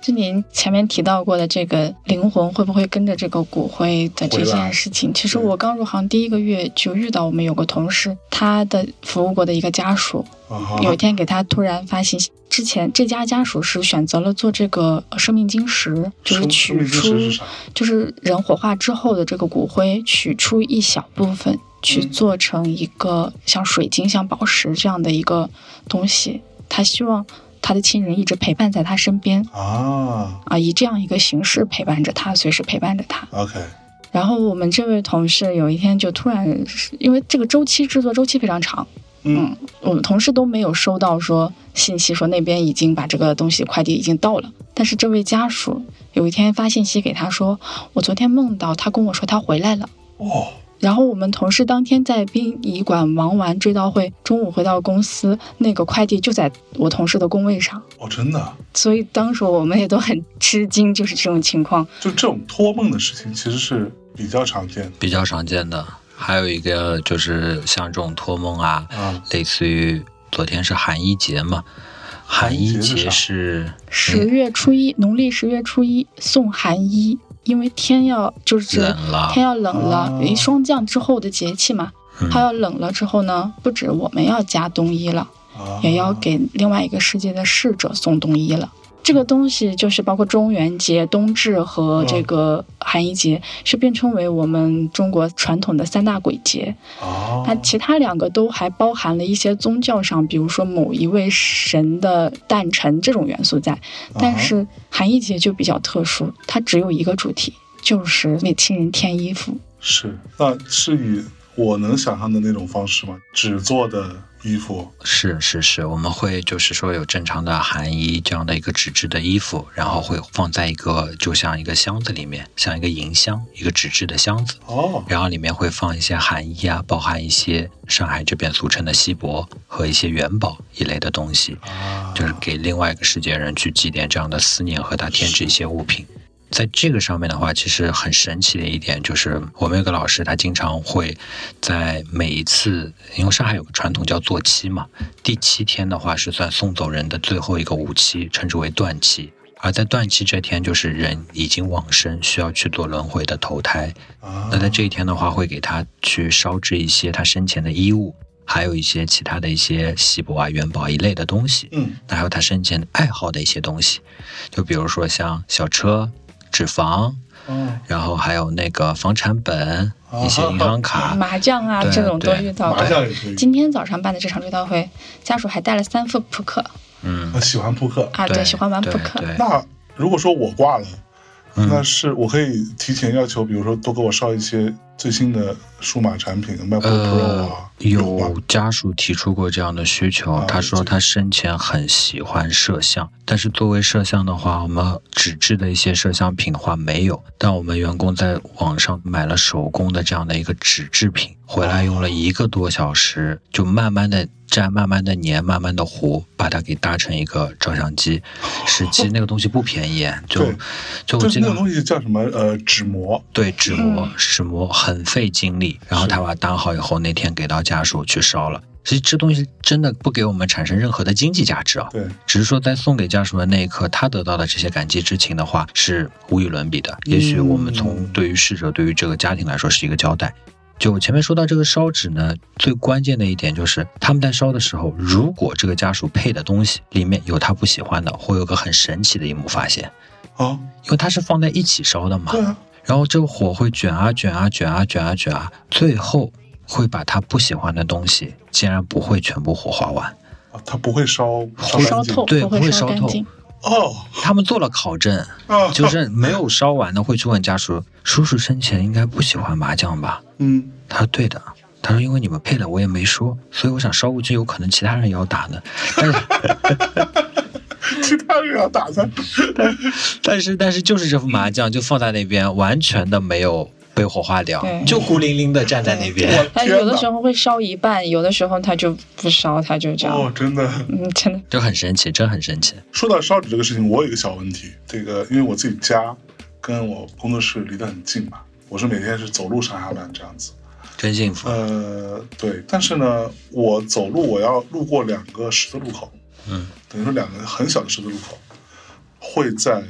S1: 就您前面提到过的这个灵魂会不会跟着这个骨灰的这
S3: 回来
S1: 件事情，其实
S3: 对
S1: 我刚入行第一个月就遇到我们有个同事，他的服务过的一个家属，
S3: 啊哈，
S1: 有一天给他突然发信息，之前这家家属是选择了做这个呃生命晶石，就是
S3: 生生
S1: 取
S3: 命之石
S1: 出
S3: 是啥？
S1: 就是人火化之后的这个骨灰，取出一小部分去
S3: 嗯
S1: 做成一个像水晶、像宝石这样的一个东西。他希望他的亲人一直陪伴在他身边
S3: 啊
S1: 啊，以这样一个形式陪伴着他，随时陪伴着他。
S3: ，OK，
S1: 然后我们这位同事有一天就突然，因为这个周期制作周期非常长，
S3: 嗯
S1: 我们同事都没有收到说信息，说那边已经把这个东西快递已经到了。但是这位家属有一天发信息给他说，我昨天梦到他跟我说他回来了。
S3: 哦，
S1: 然后我们同事当天在殡仪馆忙完追悼会，中午回到公司，那个快递就在我同事的工位上。
S3: 哦，真的，
S1: 所以当时我们也都很吃惊，就是这种情况。
S3: 就这种托梦的事情，其实是比较常见
S2: 比较常见的还有一个就是像这种托梦啊，
S3: 的啊。
S2: 类似于昨天是寒衣节嘛，寒
S3: 衣
S2: 衣
S3: 节是
S2: 节
S3: 啥
S2: 是
S1: 十月初一，农历十月初一送寒衣，因为天要就是
S2: 冷了
S1: 天要冷了，
S3: 哦
S1: 一霜降之后的节气嘛，
S2: 嗯
S1: 它要冷了之后呢，不止我们要加冬衣了，
S3: 啊
S1: 也要给另外一个世界的逝者送冬衣了。这个东西就是包括中元节、冬至和这个寒衣节，是被称为我们中国传统的三大鬼节。
S3: 哦，
S1: 它其他两个都还包含了一些宗教上，比如说某一位神的诞辰这种元素在。但是寒衣节就比较特殊，它只有一个主题，就是为亲人添衣服。
S3: 是，那是以我能想象的那种方式吗？纸做的衣服，
S2: 是是是，我们会就是说有正常的韩衣这样的一个纸质的衣服，然后会放在一个就像一个箱子里面，像一个银箱，一个纸质的箱子，
S3: 哦，
S2: 然后里面会放一些韩衣啊，包含一些上海这边俗称的锡箔和一些元宝一类的东西，
S3: 啊，
S2: 就是给另外一个世界人去祭奠这样的思念和他添置一些物品。在这个上面的话，其实很神奇的一点就是，我们有个老师，他经常会在每一次，因为上海有个传统叫做七嘛，第七天的话是算送走人的最后一个午期，称之为断期。而在断期这天，就是人已经往生，需要去做轮回的投胎。
S3: 啊，
S2: 那在这一天的话，会给他去烧制一些他生前的衣物，还有一些其他的一些锡箔啊、元宝一类的东西。
S3: 嗯
S2: 那还有他生前爱好的一些东西，就比如说像小车、纸房，
S3: 哦，
S2: 然后还有那个房产本、
S3: 啊
S2: 一些银行卡。
S1: 麻将啊
S2: 对
S1: 这种都
S2: 对
S1: 遇到
S3: 麻
S1: 过。
S3: 将也可以，
S1: 今天早上办的这场追悼会，家属还带了三副扑克
S2: 嗯，
S3: 我喜欢扑克。
S1: 啊，对，喜欢玩扑克，
S2: 对，对
S3: 那如果说我挂了，
S2: 嗯
S3: 那是我可以提前要求，比如说多给我烧一些最新的数码产品，MacBook Pro
S2: 呃
S3: 啊，，吧
S2: 有家属提出过这样的需求
S3: 啊，
S2: 他说他生前很喜欢摄像，但是作为摄像的话，我们纸质的一些摄像品的话没有，但我们员工在网上买了手工的这样的一个纸制品，回来用了一个多小时，就慢慢的粘，慢慢的粘，慢慢的糊，把它给搭成一个照相 机。实际那个东西不便宜，就
S3: 对
S2: 就我
S3: 就
S2: 记
S3: 是
S1: 啊
S2: 得
S3: 那种东西叫什么？呃，纸模
S2: 对纸模
S1: 嗯，
S2: 纸模很费精力，然后
S3: 是
S2: 他把它当好以后，那天给到家属去烧了。其实这东西真的不给我们产生任何的经济价值啊，
S3: 对，
S2: 只是说在送给家属的那一刻，他得到的这些感激之情的话是无与伦比的。也许我们从
S3: 嗯
S2: 对于逝者、对于这个家庭来说是一个交代。就前面说到这个烧纸呢，最关键的一点就是他们在烧的时候，如果这个家属配的东西里面有他不喜欢的，会有个很神奇的一幕发现，
S3: 啊，
S2: 因为它是放在一起烧的嘛。
S3: 对啊，
S2: 然后这个火会卷啊卷啊卷啊卷啊卷啊，最后会把他不喜欢的东西，竟然不会全部火化完。
S3: 啊它不会烧烧
S1: 烧
S3: 干净
S1: 透
S2: 对
S1: 不会
S2: 不会
S1: 烧
S2: 烧
S1: 干
S2: 透
S1: 净。
S3: 哦
S2: 他们做了考证，
S3: 啊，
S2: 就是没有烧完的会去问家属，叔叔生前应该不喜欢麻将吧？
S3: 嗯，
S2: 他说对的。他说：“因为你们配了，我也没说，所以我想烧过去，有可能其他人也要打呢。 但是，
S3: 其他人 要打算
S2: 但是，但是，就是这副麻将就放在那边，完全的没有被火化掉
S1: 对，
S2: 就孤零零的站在那边。
S1: 但
S3: 天
S1: 哎有的
S3: 哪
S1: 时候会烧一半，有的时候它就不烧，它就这样。
S3: 哦，真的。
S1: 嗯，真的，
S2: 这很神奇，真很神奇。
S3: 说到烧纸这个事情，我有一个小问题，这个因为我自己家跟我工作室离得很近嘛，我是每天是走路上下班这样子。
S2: 真幸福。
S3: 呃，对，但是呢，我走路我要路过两个十字路口，
S2: 嗯，
S3: 等于说两个很小的十字路口，会在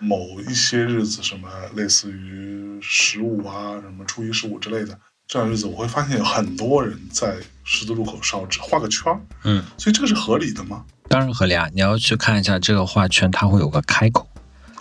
S3: 某一些日子，什么类似于十五啊，什么初一十五之类的这样的日子，我会发现有很多人在十字路口烧纸，画个圈儿，
S2: 嗯，
S3: 所以这个是合理的吗？
S2: 当然合理啊，你要去看一下这个画圈，它会有个开口，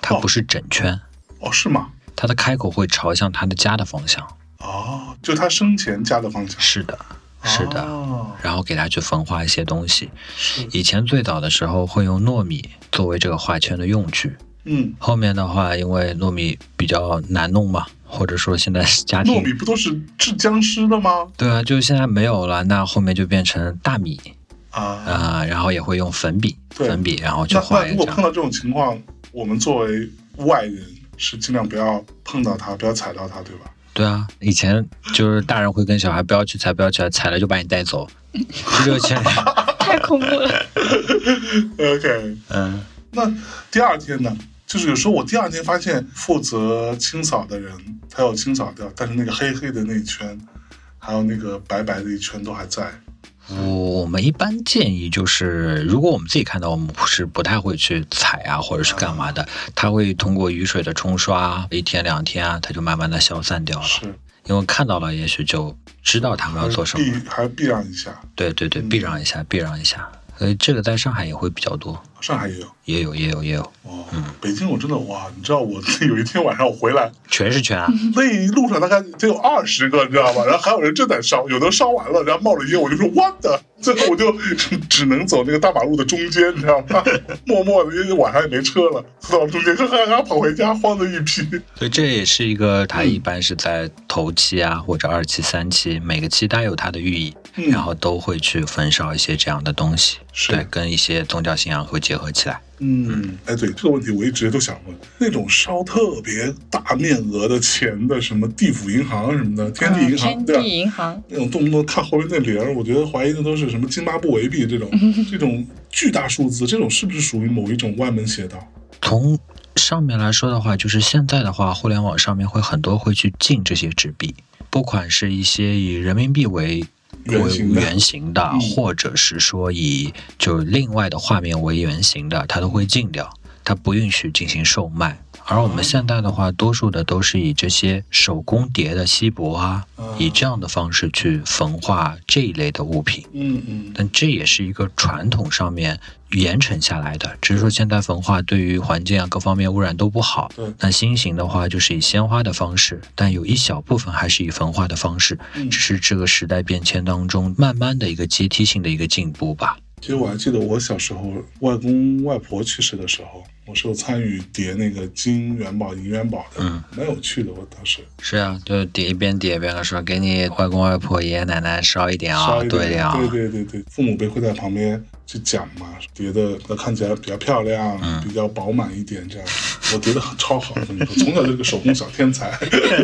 S2: 它
S3: 哦
S2: 不是整圈，
S3: 哦，是吗？
S2: 它的开口会朝向他的家的方向。
S3: 哦，就他生前家的方向，
S2: 是的，是的。
S3: 哦、
S2: 然后给它去焚化一些东西。
S3: 是，
S2: 以前最早的时候会用糯米作为这个画圈的用具，
S3: 嗯，
S2: 后面的话因为糯米比较难弄嘛，或者说现在是家
S3: 糯米
S2: 庭
S3: 不都是制僵尸的吗？
S2: 对啊，就是现在没有了，那后面就变成大米
S3: 啊，
S2: 啊、然后也会用粉笔，
S3: 对
S2: 粉笔然后去
S3: 那
S2: 画
S3: 那
S2: 一
S3: 如果
S2: 张。
S3: 碰到这种情况，我们作为外人是尽量不要碰到它，不要踩到它，对吧？
S2: 对啊，以前就是大人会跟小孩不要去踩，不要去踩，踩了就把你带走，就这个圈。
S1: 太恐怖了。
S3: OK，
S2: 嗯，
S3: 那第二天呢？就是有时候我第二天发现负责清扫的人他有清扫掉，但是那个黑黑的那一圈，还有那个白白的一圈都还在。
S2: 我我们一般建议就是，如果我们自己看到，我们是不太会去踩啊，或者是干嘛的，它会通过雨水的冲刷，一天两天啊，它就慢慢的消散掉了。
S3: 是，
S2: 因为看到了，也许就知道他们要做什么。
S3: 嗯避还是避让一下。
S2: 对对对，避让一下，避让一下。所以这个在上海也会比较多，
S3: 上海也有。
S2: 也有也有也有，
S3: 哦，北京我真的哇，你知道我 有一天晚上我回来，
S2: 全是圈啊，
S3: 那一路上大概得有二十个，你知道吧？然后还有人正在烧，有的烧完了，然后冒了烟，我就说 what the，最后我就只能走那个大马路的中间，你知道吗？默默的，因为晚上也没车了，走到中间，哈哈哈，跑回家，慌的一批。
S2: 所以这也是一个
S3: 嗯
S2: 它一般是在头期啊或者二期、三期，每个期它有它的寓意，
S3: 嗯
S2: 然后都会去焚烧一些这样的东西，
S3: 是
S2: 对，跟一些宗教信仰会结合起来。
S3: 嗯，哎，对这个问题，我一直都想问，那种烧特别大面额的钱的，什么地府银行什么的， 天地银行，
S1: 嗯天
S3: 对吧？
S1: 地银行，
S3: 那种动不动看后面那零儿，我觉得怀疑的都是什么津巴布韦币这种这种巨大数字，这种是不是属于某一种歪门邪道？
S2: 从上面来说的话，就是现在的话，互联网上面会很多会去进这些纸币，不管是一些以人民币为
S3: 原
S2: 为
S3: 型的嗯
S2: 原型的，或者是说以就另外的画面为原型的，它都会禁掉，它不允许进行售卖。
S3: 哦
S2: 而我们现在的话，多数的都是以这些手工叠的锡箔啊
S3: 嗯，
S2: 以这样的方式去焚化这一类的物品。
S3: 嗯嗯，
S2: 但这也是一个传统上面严惩下来的，只是说现代焚化对于环境啊各方面污染都不好
S3: 对。
S2: 那新型的话就是以鲜花的方式，但有一小部分还是以焚化的方式，
S3: 嗯
S2: 只是这个时代变迁当中慢慢的一个阶梯性的一个进步吧。
S3: 其实我还记得我小时候外公外婆去世的时候，我是有参与叠那个金元宝、银元宝的，
S2: 嗯
S3: 蛮有趣的。我当时
S2: 是啊，就叠一边叠一边说，给你外公外婆、爷爷奶奶烧一点啊，
S3: 烧一
S2: 多一
S3: 点
S2: 点啊。
S3: 对对对对，父母辈会在旁边去讲嘛，叠的看起来比较漂亮，
S2: 嗯
S3: 比较饱满一点，这样我觉得超好。我跟你说，从小就是个手工小天才。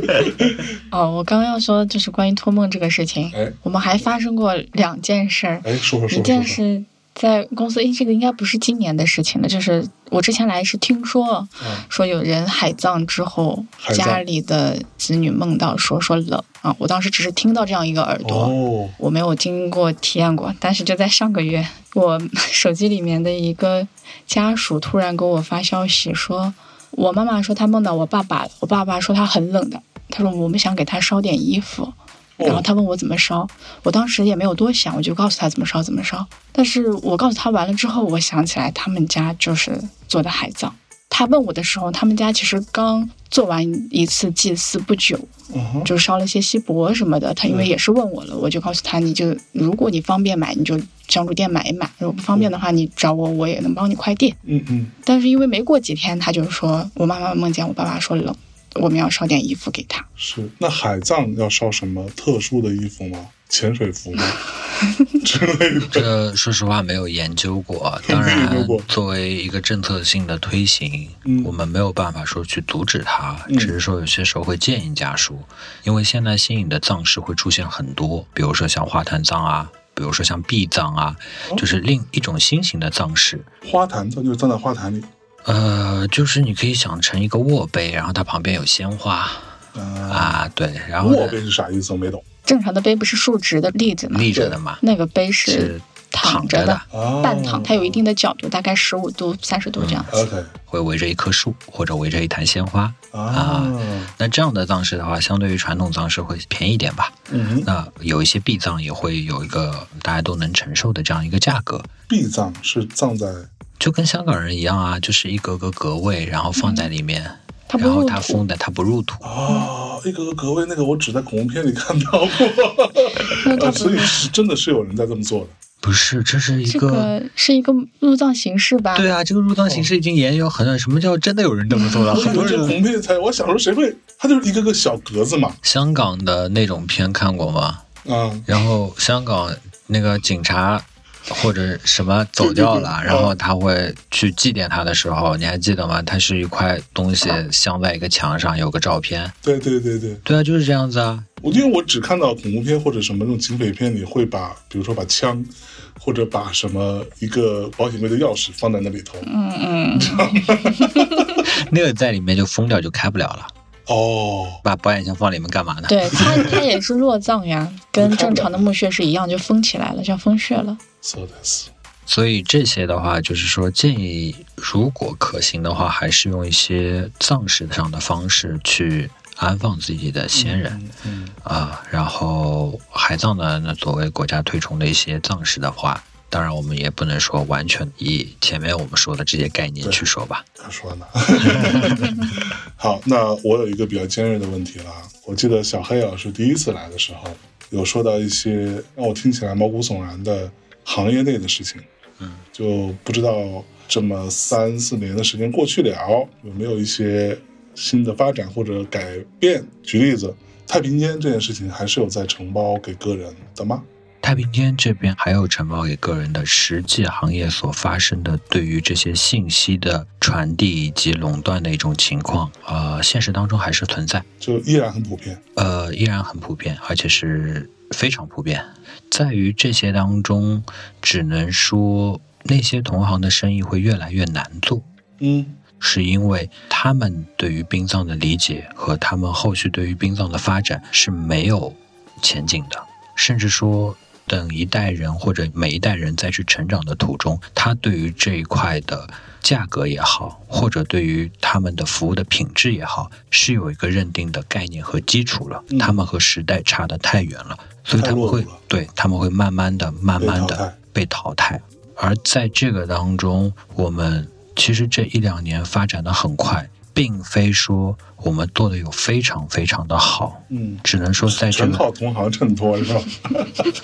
S1: 哦，我刚要说就是关于托梦这个事情，
S3: 哎
S1: 我们还发生过两件事儿，
S3: 哎，说说
S1: 一
S3: 说说
S1: 件
S3: 说，
S1: 是在公司，因为这个应该不是今年的事情了，就是我之前来是听说
S3: 嗯
S1: 说有人海葬之后，
S3: 海葬
S1: 家里的子女梦到说说冷啊，我当时只是听到这样一个耳朵。
S3: 哦，
S1: 我没有经过体验过，但是就在上个月，我 手机里面的一个家属突然给我发消息说，我妈妈说她梦到我爸爸了，我爸爸说他很冷的，他说我们想给他烧点衣服，然后他问我怎么烧，我当时也没有多想，我就告诉他怎么烧怎么烧。但是我告诉他完了之后，我想起来他们家就是做的海葬。他问我的时候，他们家其实刚做完一次祭祀不久，
S3: 嗯哼
S1: 就烧了些锡箔什么的。他因为
S3: 嗯
S1: 也是问我了，我就告诉他，你就如果你方便买，你就香烛店买一买；如果不方便的话，你找我，我也能帮你快递。
S3: 嗯嗯，
S1: 但是因为没过几天，他就说我妈妈梦见我爸爸说冷，我们要烧点衣服给他。
S3: 是。那海葬要烧什么特殊的衣服吗？潜水 服吗？之类的。
S2: 这个说实话没有研究过，当
S3: 没有研究
S2: 然
S3: 过
S2: 作为一个政策性的推行，
S3: 嗯
S2: 我们没有办法说去阻止它，
S3: 嗯
S2: 只是说有些时候会建议家属，因为现在新颖的葬式会出现很多，比如说像花坛葬啊，比如说像壁葬啊，就是另一种新型的葬式。
S3: 花坛，它就是葬在花坛里。
S2: 呃，就是你可以想成一个卧碑，然后它旁边有鲜花
S3: 啊，
S2: 啊，对，然后呢
S3: 卧碑是啥意思？我没懂。
S1: 正常的碑不是竖直的立着吗？
S2: 立着的嘛，
S1: 那个碑是
S2: 是躺
S1: 着
S2: 着的，
S3: 啊，
S1: 半躺，它有一定的角度，大概十五度、三十度这样
S2: 嗯
S1: 子。
S3: OK
S2: 会围着一棵树或者围着一坛鲜花。
S3: 啊，
S2: 那这样的葬式的话，相对于传统葬式会便宜一点吧。
S3: 嗯哼，
S2: 那有一些壁葬也会有一个大家都能承受的这样一个价格，
S3: 壁葬是葬在
S2: 就跟香港人一样啊，就是一格格格位，然后放在里面，
S1: 嗯它不
S2: 然后
S1: 入
S2: 它
S1: 土，
S2: 封的，它不入土。
S3: 啊，一个个格位，那个我只在恐怖片里看 到过，
S1: 那它不
S3: 所以
S1: 入。
S3: 是真的是有人在这么做的。
S2: 不是，这是一
S1: 这
S2: 个。
S1: 个哦是一个入葬形式吧？
S2: 对啊，这个入葬形式已经沿有很多。什么叫真的有人这么 做了？
S3: 我以
S2: 很多
S3: 为这恐
S2: 人。
S3: 怖片才，我小时候谁会？它就是一个个小格子嘛，
S2: 香港的那种片看过吗？
S3: 啊，
S2: 然后香港那个警察或者什么走掉 了，
S3: 对对对
S2: 然
S1: 嗯
S2: 后他会去祭奠他的时候，你还记得吗？它是一块东西镶在一个墙上，有个照片。
S3: 对对对对，
S2: 对啊，就是这样子啊。
S3: 我因为我只看到恐怖片或者什么那种警匪片里会把，比如说把枪，或者把什么一个保险柜的钥匙放在那里头。
S1: 嗯嗯，
S2: 那个在里面就封掉，就开不了了。
S3: 哦，
S2: 把保险箱放里面干嘛 呢？
S1: 对，它它也是落葬呀，跟正常的墓穴是一样，就封起来了，叫封穴了。
S3: so this，
S2: 所以这些的话，就是说建议，如果可行的话，还是用一些葬式上的方式去安放自己的先人。
S3: 嗯，
S2: 啊，然后海葬呢，那作为国家推崇的一些葬式的话，当然，我们也不能说完全以前面我们说的这些概念去说吧。
S3: 可说呢。 好，那我有一个比较尖锐的问题了。我记得小黑老师第一次来的时候，有说到一些让我听起来毛骨悚然的行业内的事情。
S2: 嗯，
S3: 就不知道这么三四年的时间过去了，啊有没有一些新的发展或者改变？举例子，太平间这件事情还是有在承包给个人的吗？
S2: 太平间这边还有承包给个人的实际行业所发生的对于这些信息的传递以及垄断的一种情况，呃，现实当中还是存在，
S3: 就依然很普遍。
S2: 呃，依然很普遍，而且是非常普遍。在于这些当中，只能说那些同行的生意会越来越难做，
S3: 嗯，
S2: 是因为他们对于殡葬的理解和他们后续对于殡葬的发展是没有前景的，甚至说等一代人或者每一代人再去成长的途中，他对于这一块的价格也好，或者对于他们的服务的品质也好，是有一个认定的概念和基础了
S3: 嗯，
S2: 他们和时代差得太远了，所以他们
S3: 太落
S2: 会
S3: 伍了
S2: 对他们会慢慢的、慢慢
S3: 被淘汰
S2: 的被淘汰。而在这个当中，我们其实这一两年发展的很快，并非说我们做的有非常非常的好，
S3: 嗯，
S2: 只能说在这
S3: 全
S2: 个
S3: 靠同行衬托是吧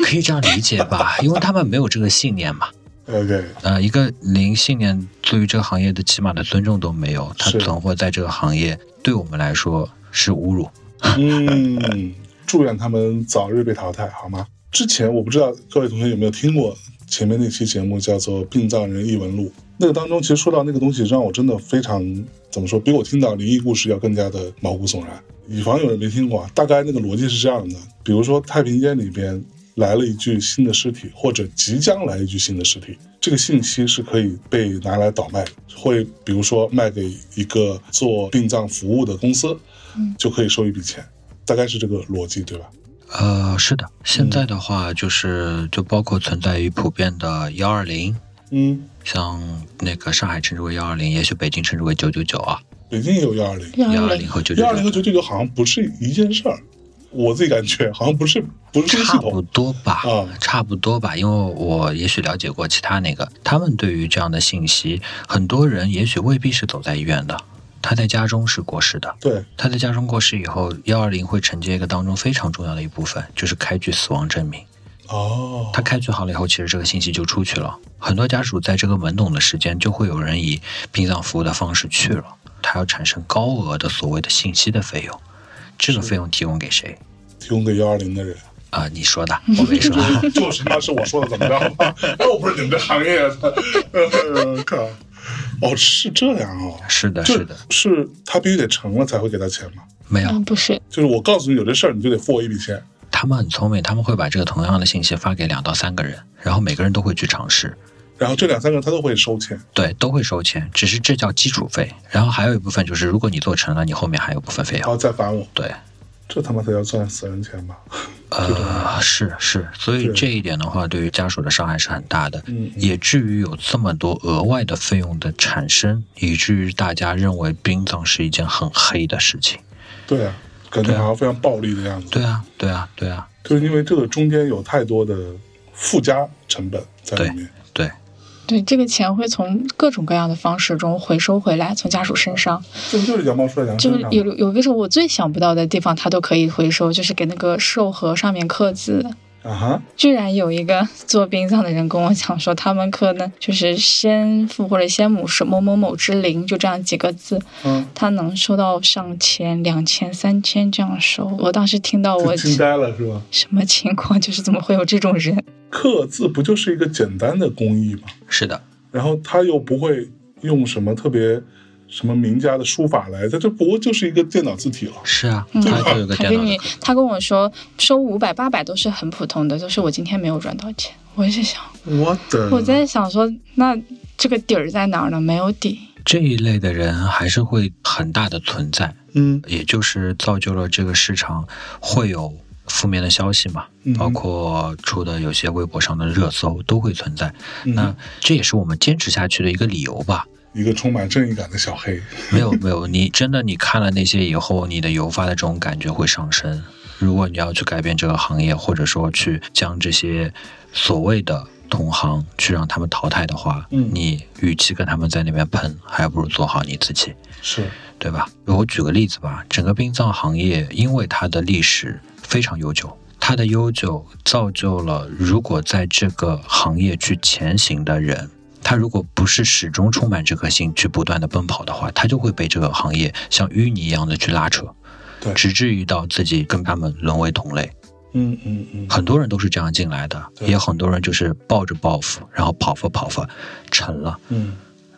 S2: 可以这样理解吧，因为他们没有这个信念嘛。
S3: ？OK，
S2: 呃，一个零信念对于这个行业的起码的尊重都没有，他
S3: 是
S2: 存活在这个行业，对我们来说是侮辱。
S3: 嗯，祝愿他们早日被淘汰，好吗？之前我不知道各位同学有没有听过前面那期节目，叫做《殡葬人异闻录》。那个当中，其实说到那个东西，让我真的非常怎么说，比我听到灵异故事要更加的毛骨悚然。以防有人没听过啊，大概那个逻辑是这样的：比如说太平间里边来了一具新的尸体，或者即将来一具新的尸体，这个信息是可以被拿来倒卖的，会比如说卖给一个做殡葬服务的公司，
S1: 嗯
S3: 就可以收一笔钱。大概是这个逻辑，对吧？
S2: 呃，是的，现在的话就是就包括存在于普遍的幺二零，
S3: 嗯，
S2: 像那个上海称之为幺二零，也许北京称之为九九九啊，
S3: 北京也有幺二零，
S1: 幺
S2: 幺
S1: 二
S2: 二
S1: 零
S2: 零和九
S3: 幺二零和
S2: 九
S3: 九九九好像不是一件事儿，我自己感觉好像不是不是这个系
S2: 差不
S3: 统。
S2: 多吧，
S3: 啊
S2: 差不多吧，因为我也许了解过其他那个，他们对于这样的信息，很多人也许未必是走在医院的，他在家中是过世的，
S3: 对，
S2: 他在家中过世以后，幺二零会承接一个当中非常重要的一部分，就是开具死亡证明。
S3: 哦，
S2: 他开具好了以后，其实这个信息就出去了。很多家属在这个懵懂的时间，就会有人以殡葬服务的方式去了，他要产生高额的所谓的信息的费用，这个费用提供给谁？
S3: 提供给幺二零 的人，
S2: 啊、你说的，我没说。
S3: 就是那是我说的怎么着 吧？哎，我不是你们这行业 的，呃靠！哦，是这样哦，
S2: 是的，
S3: 就是
S2: 的，
S3: 是他必须得成了才会给他钱嘛？
S2: 没有。
S1: 嗯，不是，
S3: 就是我告诉你有这事儿，你就得付我一笔钱。
S2: 他们很聪明，他们会把这个同样的信息发给两到三个人，然后每个人都会去尝试，
S3: 然后这两三个他都会收钱，
S2: 对，都会收钱，只是这叫基础费。然后还有一部分就是，如果你做成了，你后面还有部分费
S3: 然
S2: 用。
S3: 后再返我，
S2: 对，
S3: 这他妈才叫赚死人钱吧？
S2: 呃，是是，所以
S3: 对
S2: 这一点的话，对于家属的伤害是很大的。
S3: 嗯，嗯
S2: 也至于有这么多额外的费用的产生，以至于大家认为殡葬是一件很黑的事情。
S3: 对啊，感觉
S2: 对啊
S3: 好像非常暴力的样子。
S2: 对啊，对啊，对啊，
S3: 就是因为这个中间有太多的附加成本在里面。
S2: 对，
S1: 对，这个钱会从各种各样的方式中回收回来，从家属身上。
S3: 这不就是羊毛出在羊
S1: 就
S3: 身
S1: 是
S3: 上
S1: 有
S3: 哦吗？
S1: 有一个是我最想不到的地方，它都可以回收，就是给那个寿盒上面刻字。
S3: 啊哈，
S1: 居然有一个 做殡葬的人跟我讲说，他们刻呢就是先父或者先母是某某某之灵，就这样几个字，
S3: 嗯，
S1: 他能收到上千、两千、三千这样收。我当时听到我
S3: 就惊呆了是吧？
S1: 什么情况， 就是怎么会有这种人？
S3: 刻字不就是一个简单的工艺吗？
S2: 是的，
S3: 然后他又不会用什么特别什么名家的书法来，它这不过就是一个电脑字体了。
S2: 是啊，
S1: 嗯
S2: 它就有个
S1: 他
S2: 电
S1: 跟
S2: 脑的
S1: 你
S2: 课。，
S1: 他跟我说收五百、八百都是很普通的，就是我今天没有赚到钱。我就想，
S3: 我
S2: 嗯
S3: 的
S1: 我在想说，那这个底儿在哪儿呢？没有底。
S2: 这一类的人还是会很大的存在，
S3: 嗯
S2: 也就是造就了这个市场会有负面的消息嘛
S3: 嗯，
S2: 包括出的有些微博上的热搜都会存在。那
S3: 嗯，
S2: 这也是我们坚持下去的一个理由吧。
S3: 一个充满正义感的小黑，
S2: 没有没有，你真的你看了那些以后，你的油发的这种感觉会上升。如果你要去改变这个行业，或者说去将这些所谓的同行去让他们淘汰的话，
S3: 嗯
S2: 你与其跟他们在那边喷，还不如做好你自己，
S3: 是，
S2: 对吧？我举个例子吧，整个殡葬行业因为它的历史非常悠久，它的悠久造就了如果在这个行业去前行的人。他如果不是始终充满这颗心去不断的奔跑的话，他就会被这个行业像淤泥一样的去拉扯，
S3: 对
S2: 直至于到自己跟他们沦为同类。
S3: 嗯嗯嗯，
S2: 很多人都是这样进来的，
S3: 对
S2: 也很多人就是抱着抱负，然后跑吧跑吧，沉了。
S3: 嗯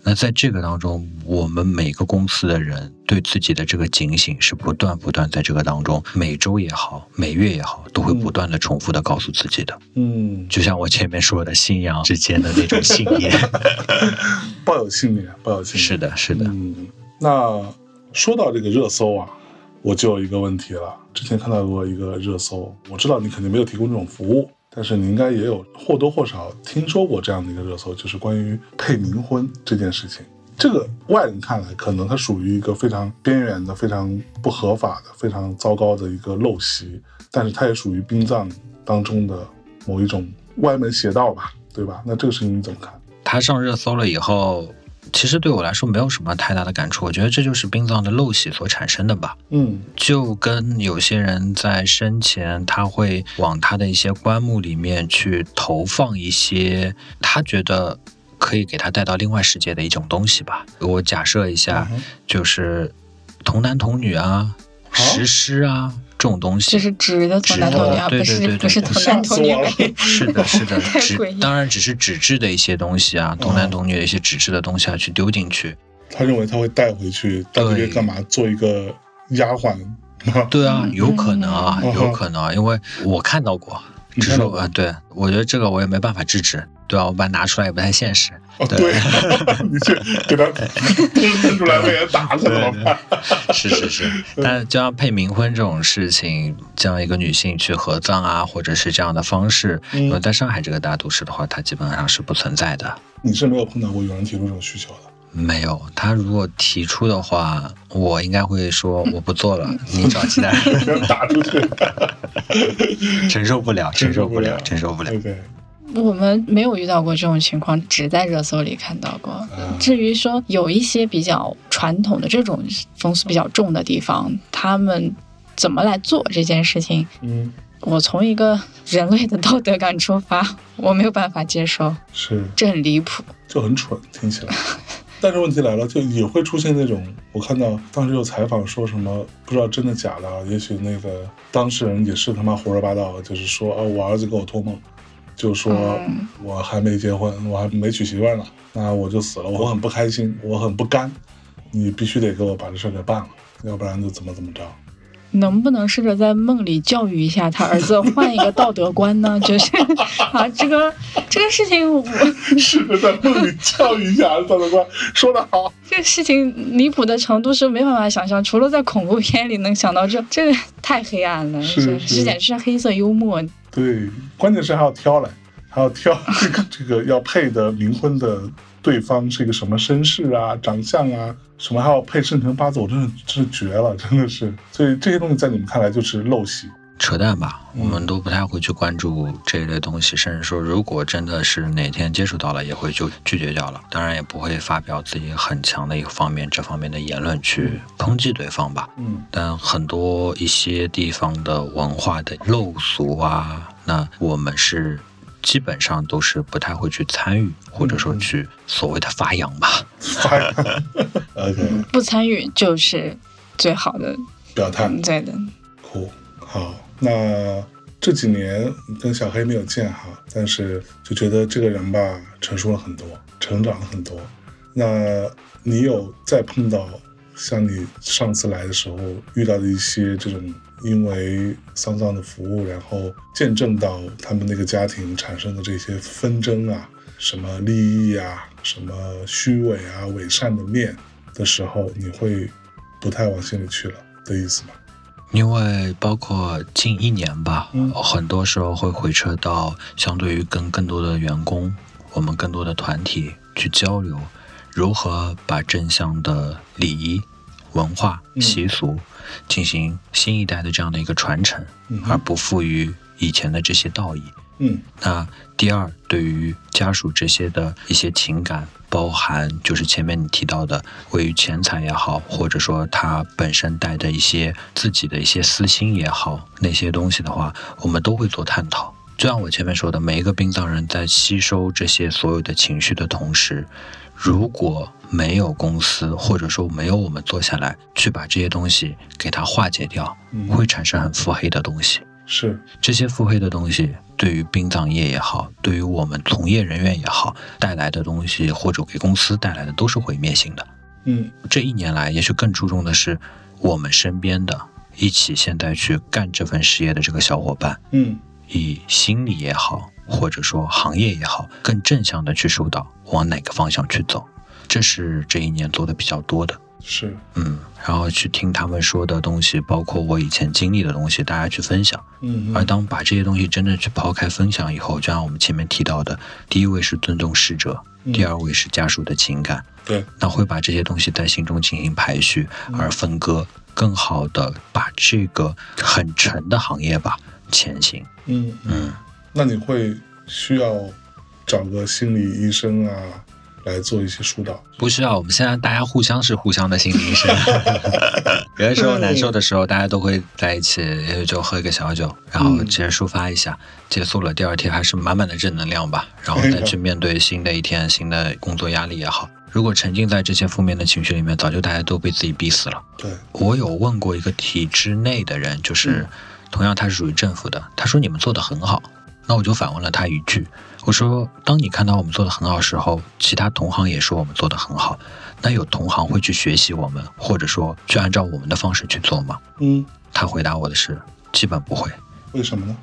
S2: 那在这个当中，我们每个公司的人对自己的这个警醒是不断不断在这个当中，每周也好，每月也好，都会
S3: 嗯
S2: 不断的重复的告诉自己的。
S3: 嗯，
S2: 就像我前面说的，信仰之间的那种信 念。
S3: 抱有信念，抱有信念。
S2: 是的，是的，
S3: 嗯，那说到这个热搜啊，我就有一个问题了。之前看到过一个热搜，我知道你肯定没有提供这种服务，但是你应该也有或多或少听说过这样的一个热搜，就是关于配冥婚这件事情。这个外人看来，可能它属于一个非常边缘的、非常不合法的、非常糟糕的一个陋习，但是它也属于殡葬当中的某一种歪门邪道吧，对吧？那这个事情你怎么看？
S2: 他上热搜了以后，其实对我来说没有什么太大的感触，我觉得这就是殡葬的陋习所产生的吧。
S3: 嗯
S2: 就跟有些人在生前，他会往他的一些棺木里面去投放一些他觉得可以给他带到另外世界的一种东西吧。我假设一下，
S3: 嗯哼
S2: 就是童男童女啊、
S3: 好
S2: 石狮啊这种东
S1: 这
S2: 西。
S1: 是直的从
S2: 直
S1: 男
S2: 的
S1: 童女啊，
S2: 对
S1: 不
S2: 对对
S1: 是
S2: 对
S1: 不是
S2: 对
S1: 从男童女
S3: 吓死我了
S1: 为
S2: 是的，是 的，
S1: 太
S2: 纸
S1: 诡异嗯
S2: 当然只是纸质的一些东西啊，童男童女的一些纸质的东西啊，去丢进去。
S3: 他认为他会带回去到那边
S2: 对
S3: 干嘛？做一个丫鬟吗？
S2: 对啊，有可能啊，
S3: 嗯
S2: 有可能啊，因为我看到过，
S3: 你
S2: 只
S3: 看
S2: 是
S3: 到
S2: 我呃，对我觉得这个我也没办法制止，对啊吧？我把它拿出来也不太现 实，
S3: 哦，对， 你去给他 喷出来被人打了怎么办？
S2: 是是是。
S3: 嗯
S2: 但就像配冥婚这种事情，这样一个女性去合葬啊，或者是这样的方式，
S3: 嗯
S2: 因为在上海这个大都市的话，它基本上是不存在的。
S3: 你是没有碰到过有人提出这种需求的。
S2: 没有，他如果提出的话，我应该会说我不做
S3: 嗯
S2: 了，你找其他人，
S3: 给人打出去，
S2: 承受不了，承受不了， 承
S3: 承
S2: 受不了
S3: 对。对，
S1: 我们没有遇到过这种情况，只在热搜里看到过。
S2: 嗯
S3: 啊
S1: 至于说有一些比较传统的这种风俗比较重的地方，他们怎么来做这件事情，
S3: 嗯，
S1: 我从一个人类的道德感出发， 我没有办法接受，
S3: 是
S1: 这很离谱。
S3: 就很蠢，听起来。但是问题来了，就也会出现那种，我看到当时有采访说什么，不知道真的假的，啊，也许那个当事人也是他妈胡说八道，就是说啊，我儿子给我托梦，就说
S1: 嗯
S3: 我还没结婚，我还没娶媳妇儿呢，那我就死了，我很不开心，我很不甘，你必须得给我把这事儿给办了，要不然就怎么怎么着。
S1: 能不能试着在梦里教育一下他儿子，换一个道德观呢？ 就是啊，这个这个事情我，
S3: 是的，在梦里教育一下道德观，说得好。
S1: 这个事情离谱的程度是没办法想象，除了在恐怖片里能想到这，这个太黑暗了，
S3: 是
S1: 这
S3: 是
S1: 这简直是黑色幽默。
S3: 对，关键是还要挑嘞，还要挑 这个这个要配的冥婚的对方是一个什么身世啊、长相啊，什么还要配生辰八字，我真的真是绝了，真的是。所以这些东西在你们看来就是陋习。
S2: 扯淡吧，
S3: 嗯
S2: 我们都不太会去关注这一类东西，甚至说，如果真的是哪天接触到了，也会就拒绝掉了。当然，也不会发表自己很强的一个方面这方面的言论去抨击对方吧。
S3: 嗯
S2: 但很多一些地方的文化的陋俗啊，那我们是基本上都是不太会去参与，或者说去所谓的发扬吧。
S3: ，OK，
S1: 不参与就是最好的，
S3: 表态
S1: 对的。
S3: 酷。好，那这几年跟小黑没有见哈，但是就觉得这个人吧，成熟了很多，成长了很多。那你有再碰到像你上次来的时候遇到的一些这种因为丧葬的服务，然后见证到他们那个家庭产生的这些纷争啊，什么利益啊，什么虚伪啊、伪善的面的时候，你会不太往心里去了的意思吗？
S2: 因为包括近一年吧，
S3: 嗯
S2: 很多时候会回撤到相对于跟更多的员工，我们更多的团体去交流，如何把正向的礼仪、文化、
S3: 嗯
S2: 习俗进行新一代的这样的一个传承，
S3: 嗯哼
S2: 而不负于以前的这些道义。
S3: 嗯
S2: 那第二，对于家属这些的一些情感，包含就是前面你提到的，位于钱财也好，或者说他本身带着一些自己的一些私心也好，那些东西的话，我们都会做探讨。就像我前面说的，每一个殡葬人在吸收这些所有的情绪的同时，如果没有公司或者说没有我们坐下来去把这些东西给它化解掉，
S3: 嗯，
S2: 会产生很腹黑的东西。
S3: 是
S2: 这些腹黑的东西，对于殡葬业也好，对于我们从业人员也好，带来的东西或者给公司带来的都是毁灭性的。
S3: 嗯
S2: 这一年来，也许更注重的是我们身边的，一起现在去干这份事业的这个小伙伴，
S3: 嗯
S2: 以心理也好，或者说行业也好，更正向的去疏导往哪个方向去走，这是这一年做的比较多的。
S3: 是
S2: 嗯，然后去听他们说的东西，包括我以前经历的东西，大家去分享。
S3: 嗯
S2: 而
S3: 嗯
S2: 当把这些东西真正去抛开分享以后，就像我们前面提到的，第一位是尊重逝者，
S3: 嗯
S2: 第二位是家属的情感，
S3: 对
S2: 那会把这些东西在心中进行排序
S3: 嗯
S2: 而分割，更好的把这个很沉的行业吧前行。
S3: 嗯嗯，
S2: 嗯，
S3: 那你会需要找个心理医生啊来做一些疏导？
S2: 不需要，我们现在大家互相是互相的心理医生，有的时候难受的时候，大家都会在一起，也许就喝一个小酒，然后
S3: 嗯
S2: 直接抒发一下，结束了，第二天还是满满的正能量吧，然后再去面对新的一天、新的工作压力也好。如果沉浸在这些负面的情绪里面，早就大家都被自己逼死了。
S3: 对，
S2: 我有问过一个体制内的人，就是同样他是属于政府的，他说你们做的很好，那我就反问了他一句，我说当你看到我们做的很好时候，其他同行也说我们做的很好，那有同行会去学习我们，或者说去按照我们的方式去做吗？
S3: 嗯，
S2: 他回答我的是基本不会，
S3: 为什么呢？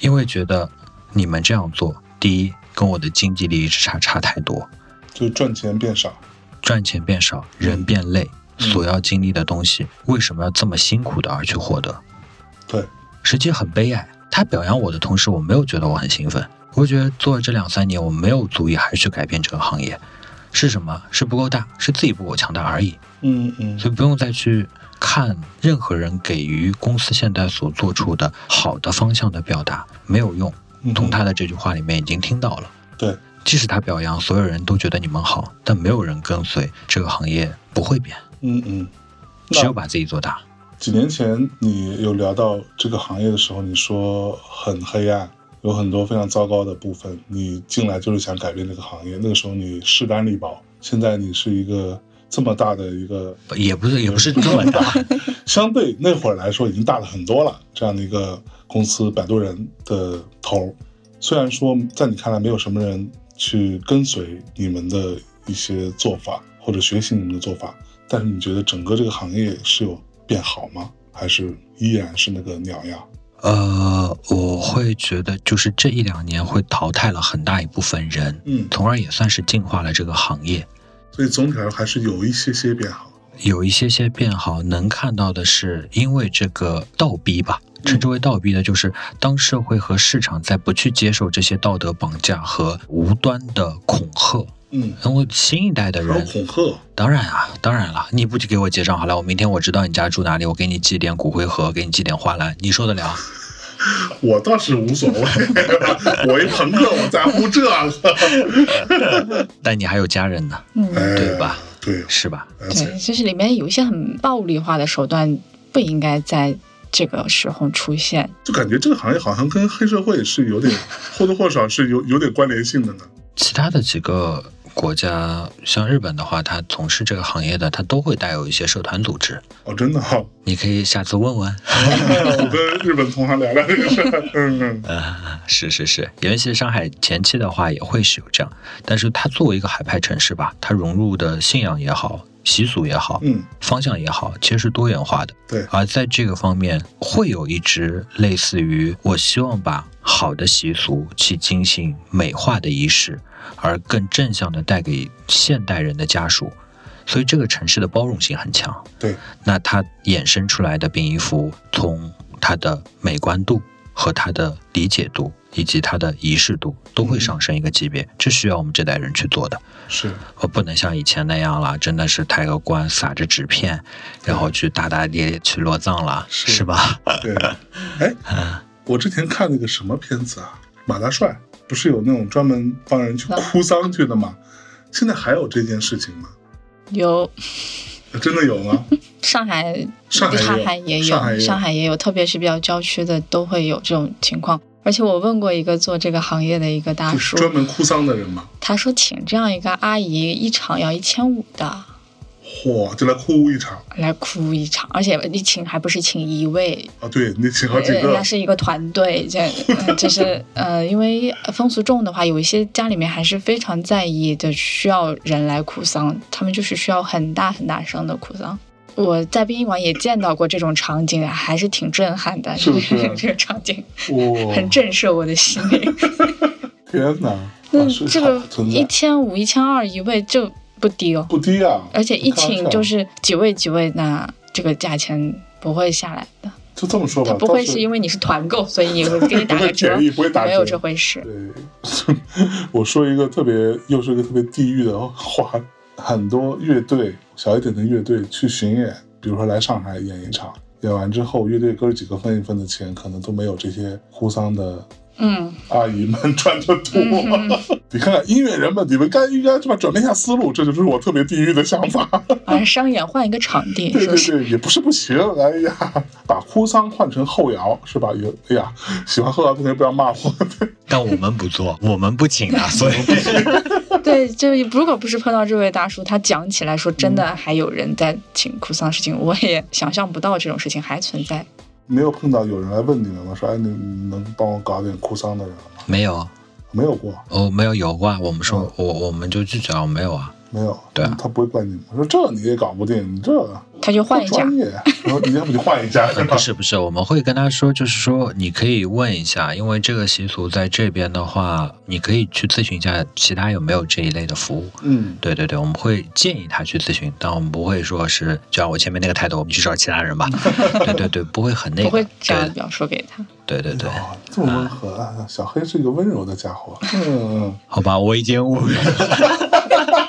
S2: 因为觉得你们这样做，第一跟我的经济利益之差差太多，
S3: 就赚钱变少。
S2: 赚钱变少，人变累，
S3: 嗯
S2: 所要经历的东西，为什么要这么辛苦的而去获得？
S3: 对，
S2: 实际很悲哀。他表扬我的同时，我没有觉得我很兴奋，我觉得做了这两三年，我没有足以还去改变这个行业，是什么？是不够大，是自己不够强大而已。
S3: 嗯嗯
S2: 所以不用再去看任何人给予公司现在所做出的好的方向的表达，没有用。
S3: 嗯，
S2: 从他的这句话里面已经听到了。
S3: 对，
S2: 即使他表扬所有人都觉得你们好，但没有人跟随，这个行业不会变，
S3: 嗯嗯。
S2: 只有
S3: 那
S2: 把自己做大。
S3: 几年前你有聊到这个行业的时候，你说很黑暗，有很多非常糟糕的部分。你进来就是想改变这个行业，那个时候你势单力薄。现在你是一个这么大的一个
S2: 也不是也不是这么 大，
S3: 相对那会儿来说已经大了很多了。这样的一个公司，摆渡人的头儿，虽然说在你看来没有什么人去跟随你们的一些做法或者学习你们的做法，但是你觉得整个这个行业是有变好吗？还是依然是那个鸟样？
S2: 呃，我会觉得就是这一两年会淘汰了很大一部分人，
S3: 嗯，
S2: 从而也算是净化了这个行业。
S3: 所以总体来说还是有一些些变好。
S2: 有一些些变好，能看到的是，因为这个倒逼吧，称之为倒逼的，就是当社会和市场在不去接受这些道德绑架和无端的恐吓，
S3: 嗯，
S2: 因为新一代的
S3: 还有
S2: 人，
S3: 恐吓，
S2: 当然啊，当然了，你不给我结账好了，我明天我知道你家住哪里，我给你寄点骨灰盒，给你寄点花篮，你受得了？
S3: 我倒是无所谓， 我一朋克，我在乎这个，
S2: 但你还有家人呢，
S1: 嗯，
S3: 哎
S2: 对吧？
S3: 对，
S2: 是吧？
S3: 而且
S1: 对，就是里面有一些很暴力化的手段，不应该在这个时候出现。
S3: 就感觉这个行业好像跟黑社会 是有点或多或少是有有点关联性的呢。
S2: 其他的几个国家，像日本的话，它从事这个行业的，它都会带有一些社团组织，
S3: 哦，真的哈、
S2: 你可以下次问问。
S3: 我跟日本同行聊聊这个事儿。嗯
S2: 啊， 是是是，尤其是上海前期的话，也会是有这样。但是它作为一个海派城市吧，它融入的信仰也好、习俗也好、
S3: 嗯
S2: 方向也好，其实是多元化的。
S3: 对
S2: 而在这个方面，会有一支类似于我希望把好的习俗去进行美化的仪式，而更正向的带给现代人的家属。所以这个城市的包容性很强。
S3: 对，
S2: 那它衍生出来的便衣服，从它的美观度和它的理解度，以及它的仪式度，都会上升一个级别。这需要我们这代人去做的，
S3: 嗯，是，
S2: 而呃不能像以前那样了，真的是抬个棺，撒着纸片，然后去大大咧咧去落葬了，
S3: 是
S2: 是吧？
S3: 对。哎，我之前看那个什么片子啊，《马大帅，不是有那种专门帮人去
S1: 嗯
S3: 哭丧去的吗？现在还有这件事情吗？
S1: 有
S3: 真的有 吗？
S1: 上海，
S3: 上海也有
S1: 也
S3: 上海也有
S1: 上海也有，特别是比较郊区的都会有这种情况。而且我问过一个做这个行业的一个大
S3: 就是
S1: 叔，
S3: 专门哭丧的人吗？
S1: 他说请这样一个阿姨一场要一千五的
S3: 嚯，就来哭一场
S1: 来哭一场，而且你请还不是请一位，
S3: 啊！对你请好几
S1: 对，
S3: 个
S1: 哎那，是一个团队，这 呃就是呃，因为风俗重的话，有一些家里面还是非常在意的，需要人来哭丧，他们就是需要很大很大声的哭丧。我在殡仪馆也见到过这种场景，啊还是挺震撼的，
S3: 是不哦是
S1: 这个场景
S3: 哇！
S1: 很震慑我的心 灵。
S3: 天哪，
S1: 那
S3: 啊是
S1: 嗯这个
S3: 好存
S1: 一
S3: 在
S1: 千五、一千二一位就不低哦，
S3: 不低啊！
S1: 而且一
S3: 你开玩
S1: 请
S3: 笑
S1: 就是几位几位，那这个价钱不会下来的。
S3: 就这么说吧
S1: 它，不会
S3: 倒
S1: 是因为你是团购，所以我给你打
S3: 不
S1: 个
S3: 会
S1: 折
S3: 便宜不会，打折
S1: 没有这回事。
S3: 对， 我说一个特别，又是一个特别地域的话，很多乐队小一点的乐队去巡演，比如说来上海演一场，演完之后，乐队哥几个分一分的钱，可能都没有这些哭丧的
S1: 嗯，
S3: 阿姨们赚的多。
S1: 嗯
S3: 你看看音乐人们，你们该应该是吧，转变一下思路，这就是我特别地域的想法。
S1: 好像商演换一个场地，
S3: 对
S1: 是不
S3: 对
S1: 是？
S3: 对，也不是不行。哎呀，把哭丧换成后摇是吧？有哎呀，喜欢后摇同学不要骂我。
S2: 但我们不做，我们不请啊，所以
S1: 对，就如果不是碰到这位大叔，他讲起来说真
S3: 嗯
S1: 的还有人在请哭丧事情，我也想象不到这种事情还存在。
S3: 没有碰到有人来问你们吗？说哎，你你能帮我搞点哭丧的人吗？
S2: 没有，
S3: 没有过，
S2: 哦，没有有过啊，我们说、
S3: 嗯
S2: 我我们就拒绝了，没有啊，
S3: 没有。
S2: 对啊
S3: 他不会怪你们。说这你也搞不定，你这
S1: 他就换一
S3: 不
S1: 家
S3: 专，业。然后你要不就换一家，
S2: 呃，不是不是，我们会跟他说，就是说你可以问一下，因为这个习俗在这边的话，你可以去咨询一下其他有没有这一类的服务。
S3: 嗯，
S2: 对对对，我们会建议他去咨询，但我们不会说是就像我前面那个态度，我们去找其他人吧。对对对，不会很那
S1: 不会
S2: 个。
S1: 这样
S2: 对
S1: 表述给他。
S2: 对对对，
S3: 哦，这么温和啊！小黑是一个温柔的家伙。嗯，
S2: 好吧，我已经误会了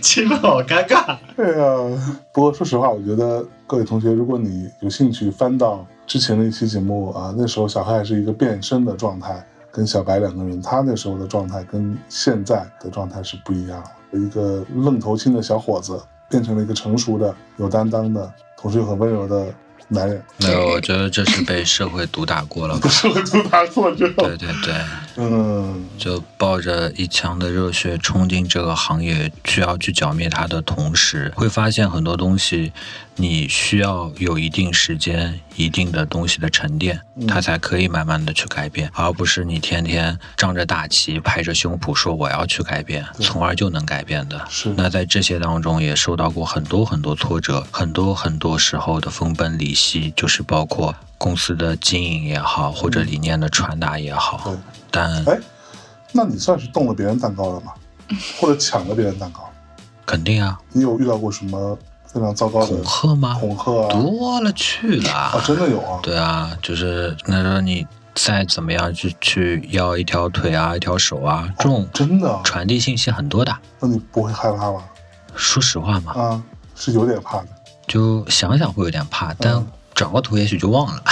S2: 气氛好尴尬。
S3: 哎呀，不过说实话，我觉得各位同学，如果你有兴趣翻到之前的一期节目啊，那时候小黑还是一个变身的状态，跟小白两个人，他那时候的状态跟现在的状态是不一样的，一个愣头青的小伙子变成了一个成熟的、有担当的，同时又很温柔的男人。
S2: 没有，我觉得这是被社会毒打过了吧。
S3: 是我读他错之后
S2: 对，对对，
S3: 嗯，
S2: 就抱着一腔的热血冲进这个行业，需要去剿灭它的同时，会发现很多东西，你需要有一定时间、一定的东西的沉淀，它才可以慢慢的去改变，而不是你天天仗着大旗、拍着胸脯说我要去改变，从而就能改变的。
S3: 是
S2: 那在这些当中也受到过很多很多挫折，很多很多时候的分崩离析，就是包括公司的经营也好，或
S3: 嗯
S2: 者理念的传达也好
S3: 对，
S2: 但
S3: 哎，那你算是动了别人蛋糕了吗？或者抢了别人蛋糕？
S2: 肯定啊，
S3: 你有遇到过什么非常糟糕的
S2: 恐吓吗？
S3: 恐吓啊？
S2: 多了去
S3: 啊，
S2: 了。
S3: 真的有啊！
S2: 对啊，就是那时候你再怎么样去去要一条腿啊，一条手啊，这种
S3: 真的啊，
S2: 传递信息很多的。
S3: 那你不会害怕吗？
S2: 说实话嘛，
S3: 啊，是有点怕的。
S2: 就想想会有点怕，但
S3: 嗯
S2: 转过头也许就忘了。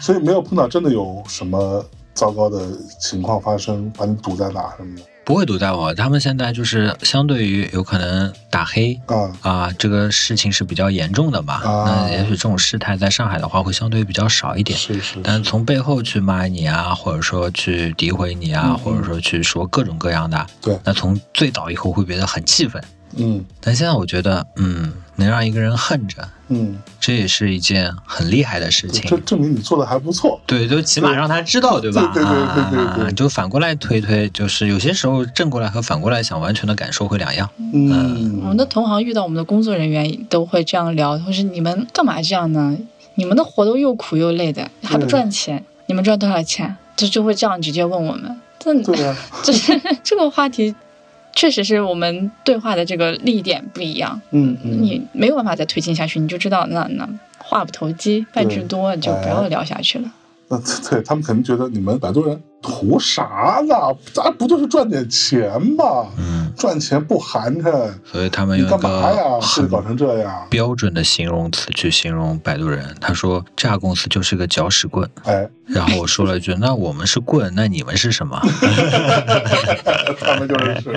S3: 所以没有碰到真的有什么糟糕的情况发生，把你堵在哪什么的
S2: 不会堵在我，他们现在就是相对于有可能打黑。
S3: 啊？
S2: 啊，这个事情是比较严重的嘛？
S3: 啊
S2: 那也许这种事态在上海的话会相对比较少一点，
S3: 是是
S2: 但
S3: 是，
S2: 从背后去骂你啊，或者说去诋毁你啊，
S3: 嗯嗯
S2: 或者说去说各种各样的，
S3: 对
S2: 那从最早以后会觉得很气愤，
S3: 嗯
S2: 但现在我觉得，嗯，能让一个人恨着，
S3: 嗯，
S2: 这也是一件很厉害的事
S3: 对这
S2: 情。
S3: 证明你做的还不错。
S2: 对，就起码让他知道，对吧？
S3: 对对对对对对
S2: 啊，就反过来推推，就是有些时候正过来和反过来想，完全的感受会两样。
S1: 我
S3: 嗯
S1: 们的同行遇到我们的工作人员都会这样聊，或是你们干嘛这样呢？你们的活都又苦又累的，还不
S3: 对
S1: 赚钱，你们赚多少钱？就就会这样直接问我们。这
S3: 对啊，
S1: 就是这个话题，确实是我们对话的这个立点不一样，
S3: 嗯 嗯，
S1: 你没有办法再推进下去，你就知道那那话不投机半句多，就不
S3: 哎
S1: 要聊下去了。
S3: 那对他们肯定觉得你们摆渡人图啥呢？咱不就是赚点钱吗？
S2: 嗯，
S3: 赚钱不寒碜，
S2: 所以他们
S3: 你
S2: 用一
S3: 干嘛呀？
S2: 个
S3: 事
S2: 很
S3: 搞成这样，
S2: 标准的形容词去形容摆渡人，他说这家公司就是个搅屎棍。
S3: 哎，
S2: 然后我说了一句：“那我们是棍，那你们是什么
S3: 他 们就是屎。？”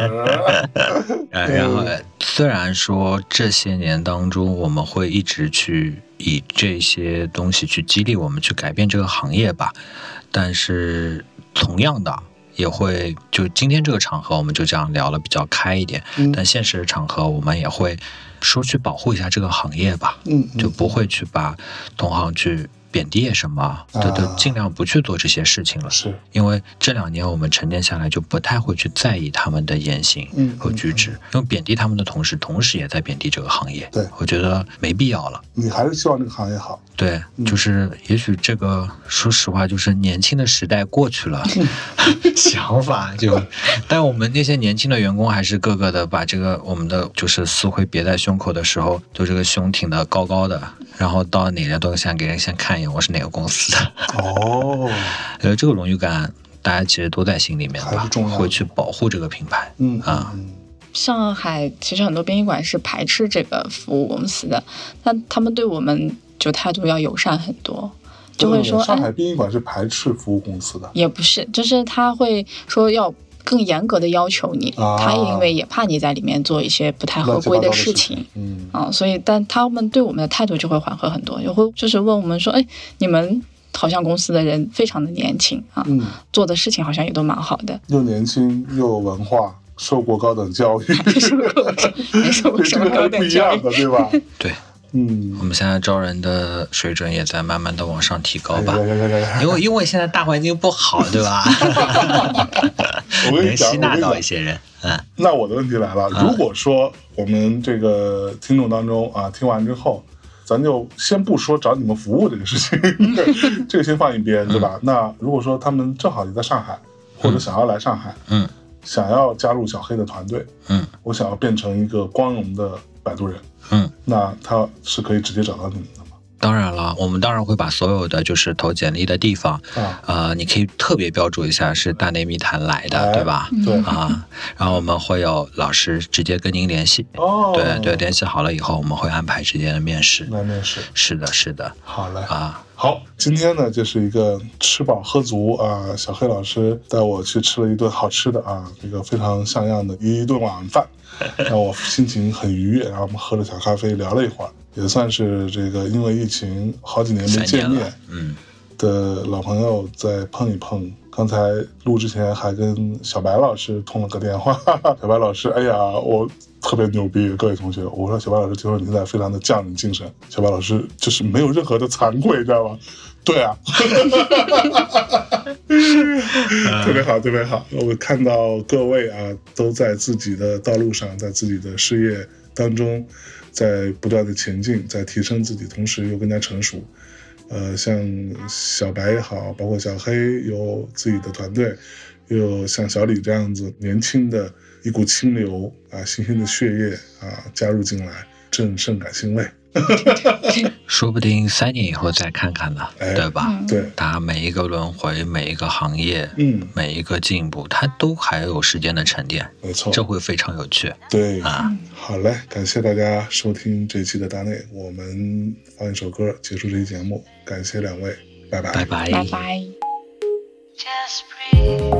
S2: 哎
S3: 对
S2: 然后虽然说这些年当中，我们会一直去以这些东西去激励我们去改变这个行业吧，但是同样的。也会就今天这个场合，我们就这样聊了比较开一点。
S3: 嗯
S2: 但现实的场合，我们也会说去保护一下这个行业吧。
S3: 嗯，
S2: 就不会去把同行去贬低什么，
S3: 啊
S2: 都都尽量不去做这些事情了。
S3: 是，
S2: 因为这两年我们沉淀下来，就不太会去在意他们的言行
S3: 嗯
S2: 和举止，因为贬低他们的同时，同时也在贬低这个行业。
S3: 对
S2: 我觉得没必要了。
S3: 你还是希望这个行业好。
S2: 对，
S3: 嗯
S2: 就是也许这个，说实话，就是年轻的时代过去 了，想法就，但我们那些年轻的员工还是个个的把这个我们的就是丝会别在胸口的时候，就这个胸挺得高高的，然后到哪个都想给人先看一眼我是哪个公司的，
S3: 哦，
S2: 呃，这个荣誉感大家其实都在心里面
S3: 还
S2: 吧
S3: 是重要，的
S2: 会去保护这个品牌。
S3: 嗯
S2: 啊
S3: 嗯
S1: 上海其实很多殡仪馆是排斥这个服务公司的，但他们对我们就态度要友善很多，就会说
S3: 对上
S1: 哎
S3: 海殡仪馆是排斥服务公司的。
S1: 也不是，就是他会说要更严格的要求你，
S3: 啊
S1: 他因为也怕你在里面做一些不太哎合
S3: 乱七
S1: 规
S3: 八糟
S1: 事
S3: 事
S1: 情
S3: 情。，嗯，
S1: 啊、所以但他们对我们的态度就会缓和很多，也会就是问我们说，哎，你们好像公司的人非常的年轻啊，
S3: 嗯，
S1: 做的事情好像也都蛮好的，
S3: 又年轻又有文化，受过高等教育，
S1: 受过 没受过
S3: 对
S1: 什 么
S3: 这个
S1: 高
S3: 还不
S1: 等
S3: 一
S1: 教育
S3: 样的，对吧？
S2: 对我
S3: 嗯，
S2: 们现在招人的水准也在慢慢的往上提高吧。
S3: 哎呀呀呀呀呀
S2: 因为因为现在大环境不好，对吧？
S3: 我跟
S2: 能
S3: 你
S2: 吸
S3: 讲，我跟
S2: 纳
S3: 你
S2: 到
S3: 讲
S2: 一，些人，嗯，
S3: 那我的问题来了，如果说我们这个听众当中啊，听完之后，咱就先不说找你们服务这个事 情，这个先放一边，对
S2: 嗯
S3: 吧？那如果说他们正好也在上海，或者想要来上海，
S2: 嗯，
S3: 想要加入小黑的团队，
S2: 嗯，
S3: 我想要变成一个光荣的摆渡人，
S2: 嗯，
S3: 那他是可以直接找到你们的吗？
S2: 当然了，我们当然会把所有的就是投简历的地方，
S3: 啊，
S2: 呃，你可以特别标注一下是大内密谈来的，
S3: 哎
S2: 对吧？
S3: 对，
S1: 嗯
S2: 啊，然后我们会有老师直接跟您联系，
S3: 哦，
S2: 对对，，联系好了以后，我们会安排直接的面试。
S3: 那面试，
S2: 是的，是的，
S3: 好嘞，
S2: 啊，
S3: 好，今天呢，这是一个吃饱喝足啊，小黑老师带我去吃了一顿好吃的啊，这个非常像样的一顿晚饭，让我心情很愉悦。然后我们喝了小咖啡，聊了一会儿，也算是这个因为疫情好几年没
S2: 三
S3: 见
S2: 年
S3: 面
S2: 了，嗯，
S3: 的老朋友再碰一碰。刚才录之前还跟小白老师通了个电话， 小白老师，哎呀，我特别牛逼，各位同学，我说小白老师，听说你现在非常的匠人精神，小白老师就是没有任何的惭愧，你知道吗？ 对啊，特别好，特别好。我看到各位啊，都在自己的道路上，在自己的事业当中，在不断的前进，在提升自己，同时又更加成熟。呃，像小白也好，包括小黑有自己的团队，又有像小李这样子年轻的一股清流啊，新鲜的血液啊加入进来，朕甚感欣慰。
S2: 说不定三年以后再看看呢，
S3: 哎
S2: 对吧？
S1: 嗯
S3: 对，
S2: 它每一个轮回，每一个行业，
S3: 嗯，
S2: 每一个进步，它都还有时间的沉淀，
S3: 没错，
S2: 这会非常有趣
S3: 对，
S2: 啊！
S3: 好嘞，感谢大家收听这期的大内，我们放一首歌结束这期节目，感谢两位，拜拜
S2: 拜拜。
S1: 拜拜。
S4: Just breathe.